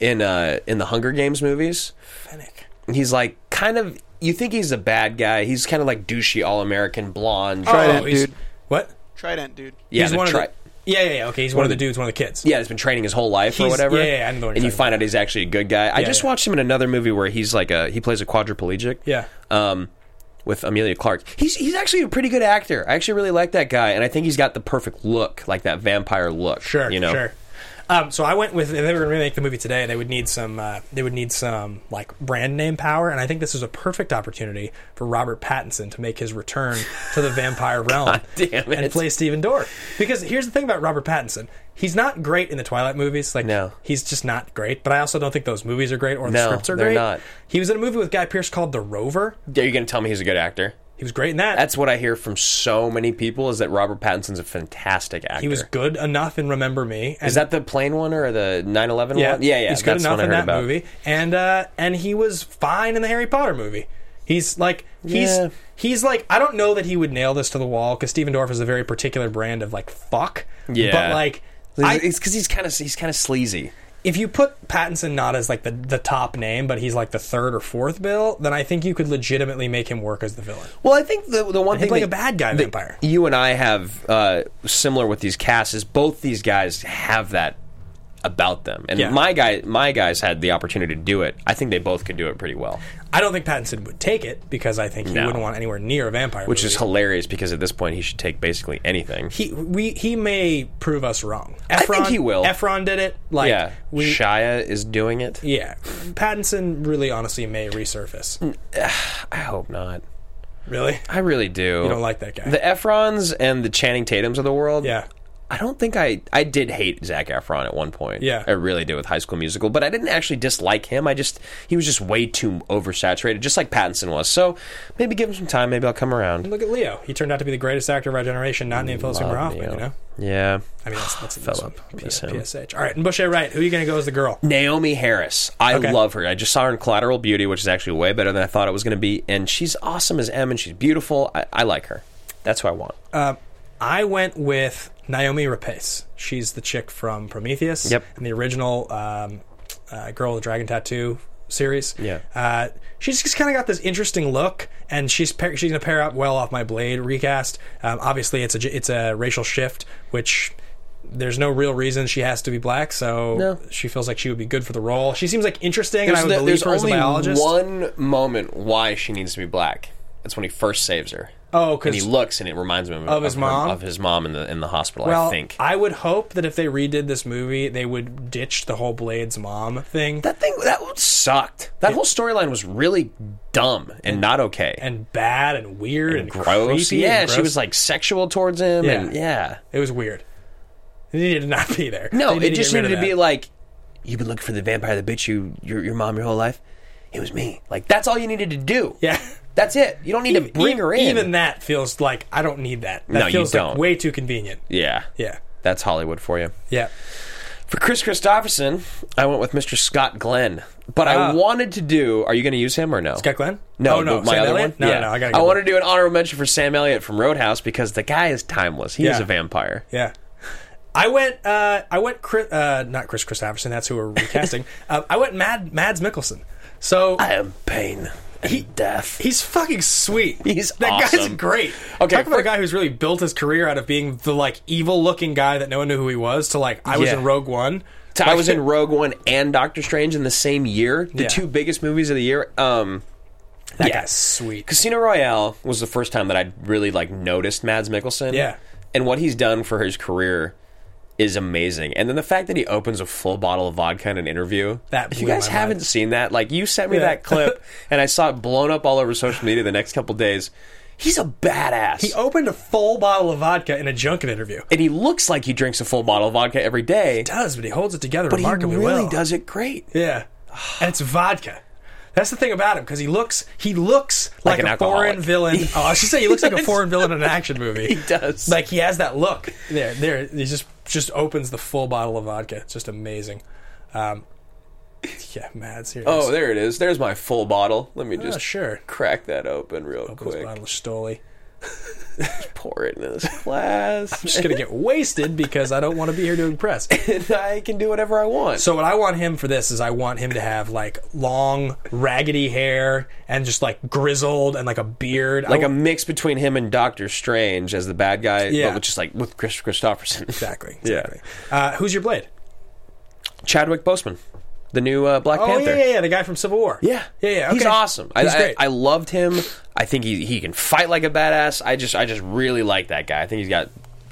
C: in uh, in the Hunger Games movies.
A: Fennec.
C: He's like kind of. You think he's a bad guy? He's kind of like douchey, all American, blonde.
I: Trident,
A: he's-
I: dude.
A: What?
I: Trident, dude.
A: Oh.
C: Yeah,
A: he's
C: the
A: one
C: tri-
A: of the. Yeah, yeah, yeah. Okay, he's one, of the dudes, one of the kids.
C: yeah, he's been training his whole life or
A: He's-
C: whatever.
A: yeah, yeah, yeah, I know the one
C: and
A: you're
C: you
A: talking
C: find out he's actually a good guy. I
A: Yeah,
C: just
A: yeah.
C: watched him in another movie where he's like a he plays a quadriplegic.
A: Yeah.
C: Um, with Amelia Clark. He's he's actually a pretty good actor. I actually really like that guy, and I think he's got the perfect look, like that vampire look.
A: Sure,
C: You know.
A: sure. Um, so I went with if they were going to remake the movie today, they would need some uh, they would need some like brand name power, and I think this is a perfect opportunity for Robert Pattinson to make his return to the vampire realm
C: damn
A: and
C: it.
A: play Stephen Dorff. Because here's the thing about Robert Pattinson. He's not great in the Twilight movies. Like,
C: No.
A: he's just not great. But I also don't think those movies are great or the
C: No,
A: scripts are
C: they're
A: great.
C: not.
A: He was in a movie with Guy Pearce called The Rover.
C: Are you going to tell me he's a good actor?
A: He was great in that.
C: That's what I hear from so many people is that Robert Pattinson's a fantastic actor.
A: he was good enough in Remember Me. And
C: Is that the plain one or the 9/11 one? Yeah, yeah.
A: He's good
C: that's
A: enough
C: one I
A: in
C: heard
A: that
C: about.
A: movie, and uh, and he was fine in the Harry Potter movie. He's like he's
C: Yeah.
A: he's like I don't know that he would nail this to the wall because Steven Dorff is a very particular brand of like fuck.
C: Yeah.
A: but like I,
C: it's because he's kind of he's kind of sleazy.
A: if you put Pattinson not as like the the top name, but he's like the third or fourth bill, then I think you could legitimately make him work as the villain.
C: Well, I think the the one
A: He'd
C: thing
A: play
C: that-
A: a bad guy
C: that
A: vampire.
C: You and I have uh, similar with these casts is both these guys have that about them, and
A: Yeah.
C: my guy my guys had the opportunity to do it. I think they both could do it pretty well,
A: I don't think Pattinson would take it because I think he
C: No.
A: wouldn't want anywhere near a vampire,
C: which is
A: movie.
C: hilarious because at this point he should take basically anything.
A: he we he may prove us wrong. Efron,
C: think he will.
A: Efron did it. Like
C: yeah,
A: we
C: Shia is doing it.
A: Yeah, Pattinson really, honestly, may
C: Mm.
A: resurface.
C: I hope not.
A: Really,
C: I really do.
A: you don't like that guy?
C: the Efrons and the Channing Tatum's of the world.
A: yeah,
C: I don't think I I did hate Zach Efron at one point.
A: Yeah.
C: I really did with High School Musical, but I didn't actually dislike him. I just he was just way too oversaturated, just like Pattinson was. So maybe give him some time. Maybe I'll come around.
A: Look at Leo. He turned out to be the greatest actor of our generation, not named Philip Seymour
C: Love
A: Hoffman, you know?
C: Yeah.
A: I mean, that's, that's a
C: Philip. Peace him.
A: PSH. All right, and Bushy Wright, who are you going to go as the girl?
C: Naomi Harris. I
A: Okay.
C: love her. I just saw her in Collateral Beauty, which is actually way better than I thought it was going to be. And she's awesome as M, and she's beautiful. I, I like her. That's who I want.
A: Uh, I went with Naomi Rapace. She's the chick from Prometheus
C: Yep.
A: and the original um, uh, Girl with the Dragon Tattoo series.
C: Yeah.
A: Uh, she's just kind of got this interesting look, and she's pair she's gonna pair up well off my Blade recast. Um, obviously, it's a j- it's a racial shift, which there's no real reason she has to be black, so
C: No.
A: she feels like she would be good for the role. She seems like interesting, and I would
C: the-
A: believe her as a
C: only
A: biologist.
C: one moment why she needs to be black. That's when he first saves her.
A: Oh,
C: and
A: 'cause-
C: he looks, and it reminds me of,
A: Of his
C: her-
A: mom?
C: of his mom in the in the hospital. I think
A: would hope that if they redid this movie, they would ditch the whole Blade's mom thing.
C: That thing that one sucked. That whole storyline was really dumb and not okay
A: and bad and weird and,
C: gross.
A: creepy
C: yeah,
A: and
C: she
A: gross.
C: was like sexual towards him.
A: Yeah.
C: and yeah.
A: It was weird. It needed to not be there. They
C: No,
A: need
C: it
A: to
C: just
A: get rid
C: needed to
A: of
C: be
A: that.
C: like, you've been looking for the vampire that bit you your your mom your whole life. It was me. Like that's all you needed to do.
A: Yeah,
C: that's it. You don't need to bring
A: E-
C: her in.
A: Even that feels like I don't need that. That
C: No, you
A: feels
C: don't.
A: Like way too convenient.
C: yeah,
A: Yeah.
C: That's Hollywood for you.
A: Yeah.
C: For Chris Christopherson, I went with Mr. Scott Glenn, but I
A: Ah.
C: wanted to do. Are you going to use him or no?
A: Scott Glenn?
C: No,
A: Oh, no,
C: the- my
A: Sam
C: other
A: Elliott?
C: one.
A: No,
C: yeah.
A: no, I gotta
C: I
A: go.
C: want to do an honorable mention for Sam Elliott from Roadhouse because the guy is timeless. He is
A: Yeah.
C: a vampire.
A: Yeah. I went. Uh, I went. Chris, uh, not Chris Christopherson. That's who we're recasting. uh, I went. Mad Mads Mikkelsen. So I
C: am pain. He, death.
A: He's fucking sweet.
C: He's
A: that guy's
C: awesome.
A: great.
C: Okay,
A: talk about
C: fir-
A: a guy who's really built his career out of being the like evil-looking guy that no one knew who he was. To like, I was
C: Yeah.
A: in Rogue One.
C: So I was in Rogue One and Doctor Strange in the same year, the
A: Yeah.
C: two biggest movies of the year. Um,
A: That guy's sweet.
C: Casino Royale was the first time that I really like noticed Mads Mikkelsen.
A: Yeah.
C: and what he's done for his career is amazing. And then the fact that he opens a full bottle of vodka in an interview.
A: That
C: if you
A: blew
C: guys
A: my
C: haven't seen that, like you sent me
A: Yeah.
C: that clip, and I saw it blown up all over social media the next couple days. He's a badass.
A: He opened a full bottle of vodka in a junket interview.
C: and he looks like he drinks a full bottle of vodka every day. He
A: does, but he holds it together
C: But he
A: remarkably
C: really
A: well.
C: does it great.
A: Yeah, and it's vodka. That's the thing about him because he looks he looks
C: Like
A: like,
C: an
A: a
C: alcoholic.
A: foreign villain. Oh, I should say he looks like a
C: Yes.
A: foreign villain in an action movie.
C: He does.
A: Like he has that look. There, there. He just just opens the full bottle of vodka. It's just amazing. Um, yeah, Mads. Here. it
C: Oh,
A: is.
C: there it is. There's my full bottle. Let me
A: Oh,
C: just
A: sure.
C: crack that open real
A: This
C: quick.
A: bottle of Stoli.
C: Pour it into this glass.
A: I'm just gonna get wasted because I don't want to be here to impress.
C: and I can do whatever I want.
A: So what I want him for this is I want him to have like long, raggedy hair and just like grizzled and like a beard, I
C: like a
A: w-
C: mix between him and Doctor Strange as the bad guy,
A: Yeah.
C: but with just like with Chris Christopherson.
A: Exactly.
C: exactly.
A: Uh, who's your blade?
C: Yeah. Chadwick Boseman, the new uh, Black
A: oh
C: Panther.
A: yeah, yeah, yeah, the guy from Civil War. Yeah, yeah, yeah.
C: He's
A: okay.
C: awesome. I,
A: He's
C: I,
A: great.
C: I loved him. I think he, he can fight like a badass. I just I just really like that guy. I think he's got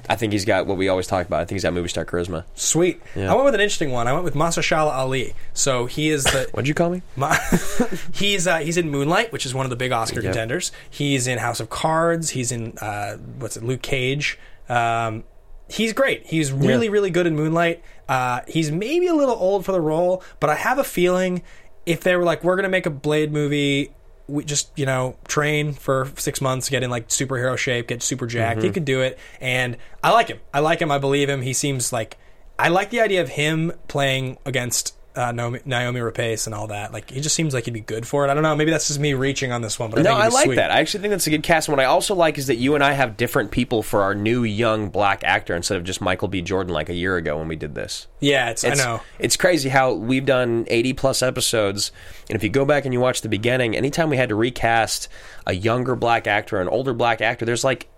C: I think he's got what we always talk about. I think he's got movie star charisma.
A: Sweet.
C: Yeah.
A: I went with an interesting one. I went with Masashala Ali. So he is the.
C: What'd you call me?
A: Ma- he's uh, he's in Moonlight, which is one of the big Oscar
C: Yep.
A: contenders. He's in House of Cards. He's in uh, what's it? Luke Cage. Um, he's great. He's really really good in Moonlight. Uh, he's maybe a little old for the role, but I have a feeling if they were like, we're gonna make a Blade movie. We just you know train for six months, get in like superhero shape, get super jacked. He
L: Mhm.
A: could do it, and I like him. I like him. I believe him. He seems like I like the idea of him playing against uh, Naomi, Naomi Rapace and all that. Like, he just seems like he'd be good for it. I don't know. Maybe that's just me reaching on this one, but I
C: no,
A: think
C: I
A: it'd be
C: like
A: sweet.
C: that. I actually think that's a good cast. And what I also like is that you and I have different people for our new young black actor instead of just Michael B. Jordan like a year ago when we did this.
A: Yeah, it's, I know.
C: It's crazy how we've done 80 plus episodes. And if you go back and you watch the beginning, anytime we had to recast a younger black actor or an older black actor, there's like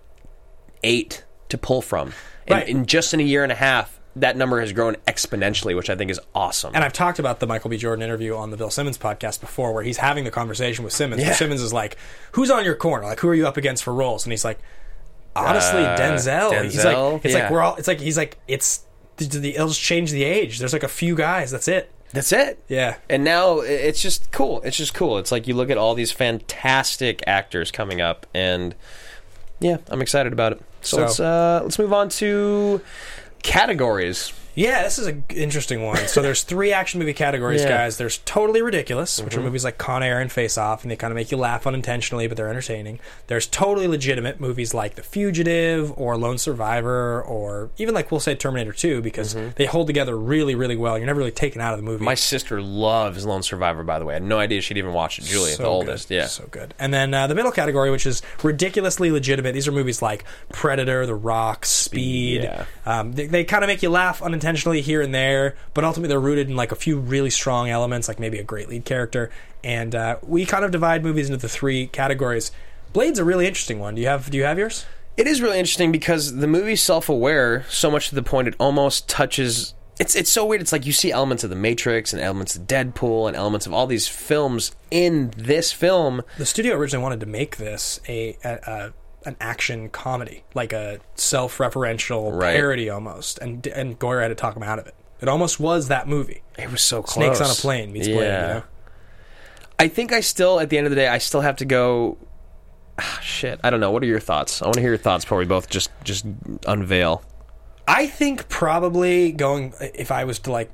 C: eight to pull from. And,
A: Right.
C: and just in a year and a half, that number has grown exponentially, which I think is awesome.
A: And I've talked about the Michael B. Jordan interview on the Bill Simmons podcast before, where he's having the conversation with Simmons.
C: Yeah.
A: where Simmons is like, "Who's on your corner? Like, who are you up against for roles?" And he's like, "Honestly,
C: Uh,
A: Denzel." He's like,
C: Denzel?
A: "It's
C: Yeah.
A: like we're all." It's like he's like, "It's the, the ills change the age. There's like a few guys. That's it."
C: That's it.
A: Yeah.
C: And now i- it's just cool. It's just cool. It's like you look at all these fantastic actors coming up, and yeah, I'm excited about it. So,
A: So-
C: let's uh, let's move on to Categories.
A: Yeah, this is an interesting one. So there's three action movie categories,
C: Yeah.
A: guys. There's totally ridiculous, which are
C: Mhm.
A: movies like Con Air and Face Off, and they kind of make you laugh unintentionally, but they're entertaining. There's totally legitimate movies like The Fugitive or Lone Survivor, or even like we'll say Terminator 2, because they hold together really, really well. You're never really taken out of the movie.
C: Mm-hmm. My sister loves Lone Survivor, by the way. I had no idea she'd even watch it. Julia,
A: So
C: the
A: good.
C: oldest. Yeah.
A: So good. And then uh, the middle category, which is ridiculously legitimate. These are movies like Predator, The Rock, Speed.
C: Yeah.
A: Um, they they kind of make you laugh unintentionally here and there, but ultimately they're rooted in like a few really strong elements, like maybe a great lead character. And uh, we kind of divide movies into the three categories. Blade's a really interesting one. Do you have Do you have yours?
C: It is really interesting because the movie's self-aware so much to the point it almost touches. It's it's so weird. It's like you see elements of The Matrix and elements of Deadpool and elements of all these films in this film.
A: The studio originally wanted to make this a, a, a an action comedy, like a self-referential
C: Right.
A: parody almost, and and Goyer had to talk him out of it. It almost was that movie.
C: It was so close.
A: Snakes on a plane meets
C: yeah.
A: Blade. You know?
C: I think I still, at the end of the day, I still have to go. Ah, shit, I don't know. What are your thoughts? I want to hear your thoughts before we both just just unveil.
A: I think probably going if I was to like,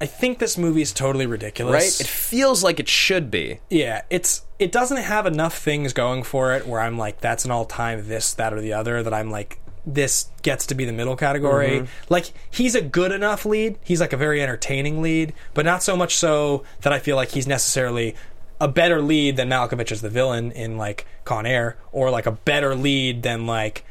A: I think this movie is totally ridiculous.
C: Right? It feels like it should be.
A: yeah, it's it doesn't have enough things going for it where I'm like that's an all time this that or the other that I'm like this gets to be the middle category.
C: Mhm.
A: Like he's a good enough lead. He's like a very entertaining lead, but not so much so that I feel like he's necessarily a better lead than Malkovich as the villain in like Con Air, or like a better lead than like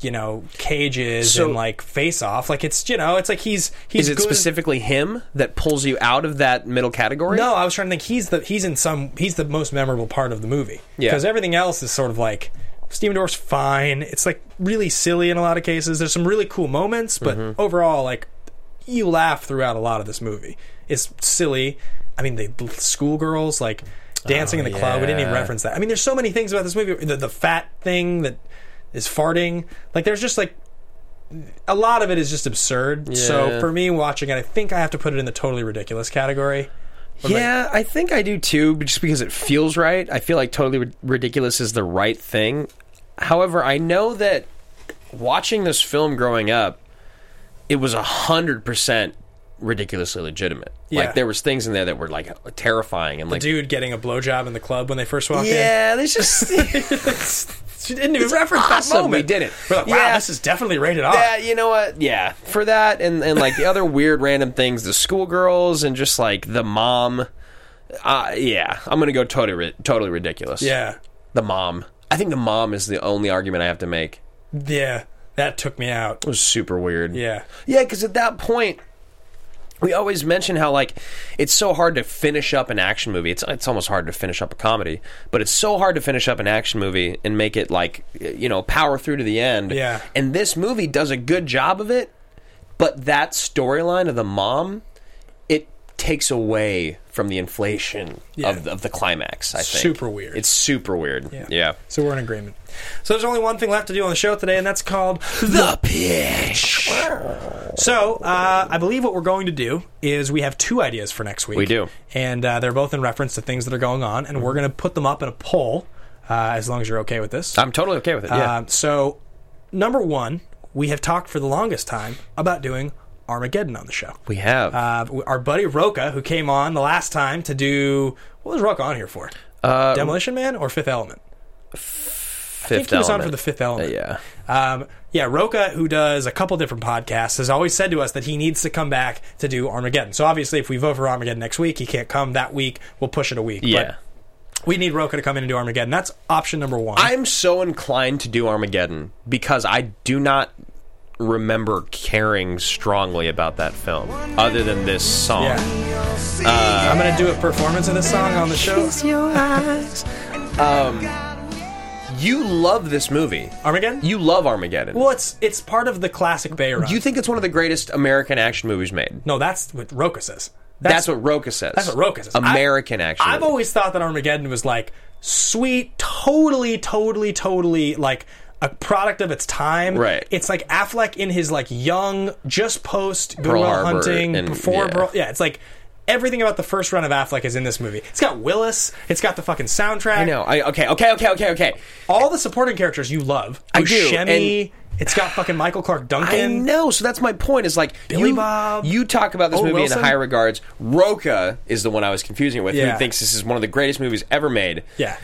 A: you know Cages
C: So-
A: and like Face Off. Like it's you know it's like he's he's
C: Is it
A: good-
C: specifically him that pulls you out of that middle category?
A: No, I was trying to think. He's the he's in some he's the most memorable part of the movie.
C: Yeah.
A: because everything else is sort of like Steven Dorff's fine. It's like really silly in a lot of cases. There's some really cool moments, but
C: Mhm.
A: overall, like you laugh throughout a lot of this movie. It's silly. I mean, the schoolgirls like dancing
C: Oh,
A: in the club. We didn't even
C: yeah.
A: reference that. I mean, there's so many things about this movie. The, the fat thing that is farting. Like there's just like a lot of it is just absurd. So
C: Yeah.
A: for me watching it, I think I have to put it in the totally ridiculous category. What about
C: Yeah, I think I do too, but just because it feels right. I feel like totally rid- ridiculous is the right thing. However, I know that watching this film growing up, it was a hundred percent ridiculously legitimate.
A: Yeah.
C: Like there was things in there that were like terrifying and
A: the
C: like
A: dude getting a blowjob in the club when they first walked
C: yeah, there's just
A: in. She didn't even reference that
C: awesome. We
A: moment.
C: did it.
A: We're like, wow,
C: Yeah.
A: this is definitely rated R.
C: Yeah, you know what? Yeah, for that and and like the other weird random things, the schoolgirls and just like the mom. Uh, yeah, I'm gonna go totally ri- totally ridiculous.
A: Yeah.
C: the mom. I think the mom is the only argument I have to make.
A: yeah, that took me out.
C: It was super weird.
A: Yeah.
C: Yeah, because at that point, we always mention how like it's so hard to finish up an action movie. It's it's almost hard to finish up a comedy, but it's so hard to finish up an action movie and make it like you know power through to the end.
A: Yeah.
C: and this movie does a good job of it, but that storyline of the mom, it takes away from the inflation
A: Yeah.
C: of of the climax. I think
A: Super weird.
C: It's super weird.
A: Yeah.
C: yeah.
A: So we're in agreement. So there's only one thing left to do on the show today, and that's called the pitch. So uh, I believe what we're going to do is we have two ideas for next week.
C: We do.
A: and uh, they're both in reference to things that are going on, and we're going to put them up in a poll. Uh, as long as you're okay with this,
C: I'm totally okay with it. Uh, Yeah.
A: Um, so, number one, we have talked for the longest time about doing Armageddon on the show.
C: we have.
A: Uh, our buddy Roca, who came on the last time to do what was Roca on here for?
C: Uh,
A: Demolition Man or Fifth Element?
C: Fifth
A: I think he was on
C: Element.
A: for the Fifth Element.
C: yeah.
A: Um, yeah, Roca, who does a couple different podcasts, has always said to us that he needs to come back to do Armageddon. So obviously, if we vote for Armageddon next week, he can't come that week. We'll push it a week.
C: Yeah.
A: But we need Roca to come in and do Armageddon. That's option number one.
C: I'm so inclined to do Armageddon because I do not remember caring strongly about that film other than this song. Uh,
A: I'm going to do a performance of this song on the show.
C: Um, you love this movie.
A: Armageddon?
C: You love Armageddon.
A: Well, it's it's part of the classic Bay run.
C: you think it's one of the greatest American action movies made.
A: no, that's what Roca says.
C: That's, what Roca says.
A: That's what Roca says.
C: American action.
A: I've always thought that Armageddon was like sweet, totally, totally, totally like a product of its time.
C: Right.
A: It's like Affleck in his like young, just post
C: Pearl
A: Goodwill
C: Harbor
A: Hunting
C: and-
A: before.
C: yeah.
A: Pearl- yeah, it's like. Everything about the first run of Affleck is in this movie. It's got Willis. It's got the fucking soundtrack.
C: I know. I, okay. Okay. Okay. Okay. Okay.
A: All the supporting characters you love.
C: I do,
A: Buscemi, It's got fucking Michael Clark Duncan.
C: I know. So that's my point. Is like
A: Billy
C: you,
A: Bob.
C: You talk about this
A: Owen
C: movie
A: Wilson?
C: in high regards. Roca is the one I was confusing it with.
A: Yeah.
C: Who thinks this is one of the greatest movies ever made?
A: Yeah.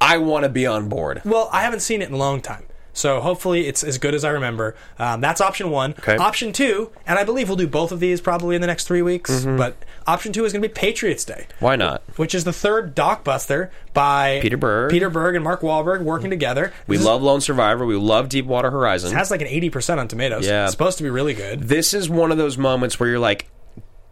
C: I want to be on board.
A: Well, I haven't seen it in a long time. So hopefully it's as good as I remember. Um, that's option one. Option two, and I believe we'll do both of these probably in the next three weeks.
C: Mhm.
A: But option two is going to be Patriots Day,
C: Why not?
A: which is the third Docbuster by
C: Peter Berg. Mm.
A: Peter Berg and Mark Wahlberg working together.
C: We
A: This
C: love Lone Survivor. We love Deepwater
A: is-
C: Horizon.
A: it has like an eighty percent on Tomatoes.
C: Yeah.
A: it's supposed to be really good.
C: this is one of those moments where you're like,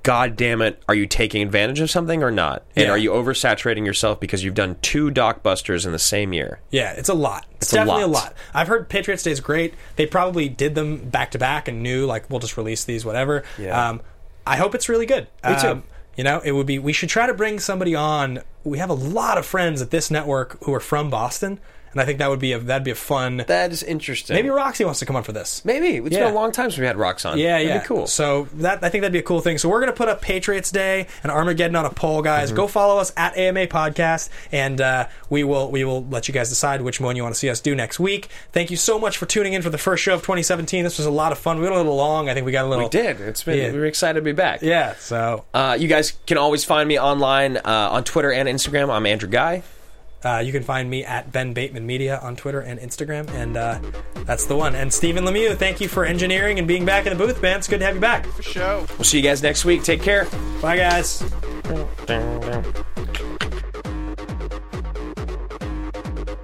C: God damn it, are you taking advantage of something or not? And
A: Yeah.
C: are you oversaturating yourself because you've done two Docbusters in the same year?
A: Yeah, it's a lot. It's,
C: It's a
A: definitely a lot.
C: lot.
A: I've heard Patriots Day is great. They probably did them back to back and knew like we'll just release these whatever.
C: Yeah.
A: Um, I hope it's really good.
C: Me too.
A: Um, you know, it would be. We should try to bring somebody on. We have a lot of friends at this network who are from Boston, and I think that would be a that'd be a fun.
C: That is interesting.
A: Maybe Roxy wants to come on for this.
C: Maybe it's
A: Yeah.
C: been a long time since we had rocks on.
A: Yeah,
C: That'd
A: yeah,
C: be cool.
A: So that I think that'd be a cool thing. So we're gonna put up Patriots Day and Armageddon on a poll, guys.
C: Mm-hmm.
A: Go follow us at AMA Podcast, and uh, we will we will let you guys decide which one you want to see us do next week. Thank you so much for tuning in for the first show of 2017. This was a lot of fun. We went a little long. I think we got a little.
C: We did. It's been.
A: Yeah.
C: We were excited to be back.
A: Yeah. So
C: uh, you guys can always find me online uh, on Twitter and Instagram. I'm Andrew Guy.
A: Uh, you can find me at Ben Bateman Media on Twitter and Instagram, and uh, that's the one. And Stephen Lemieux, thank you for engineering and being back in the booth, man. It's good to have you back. For
I: show.
C: We'll see you guys next week. Take care.
A: Bye, guys.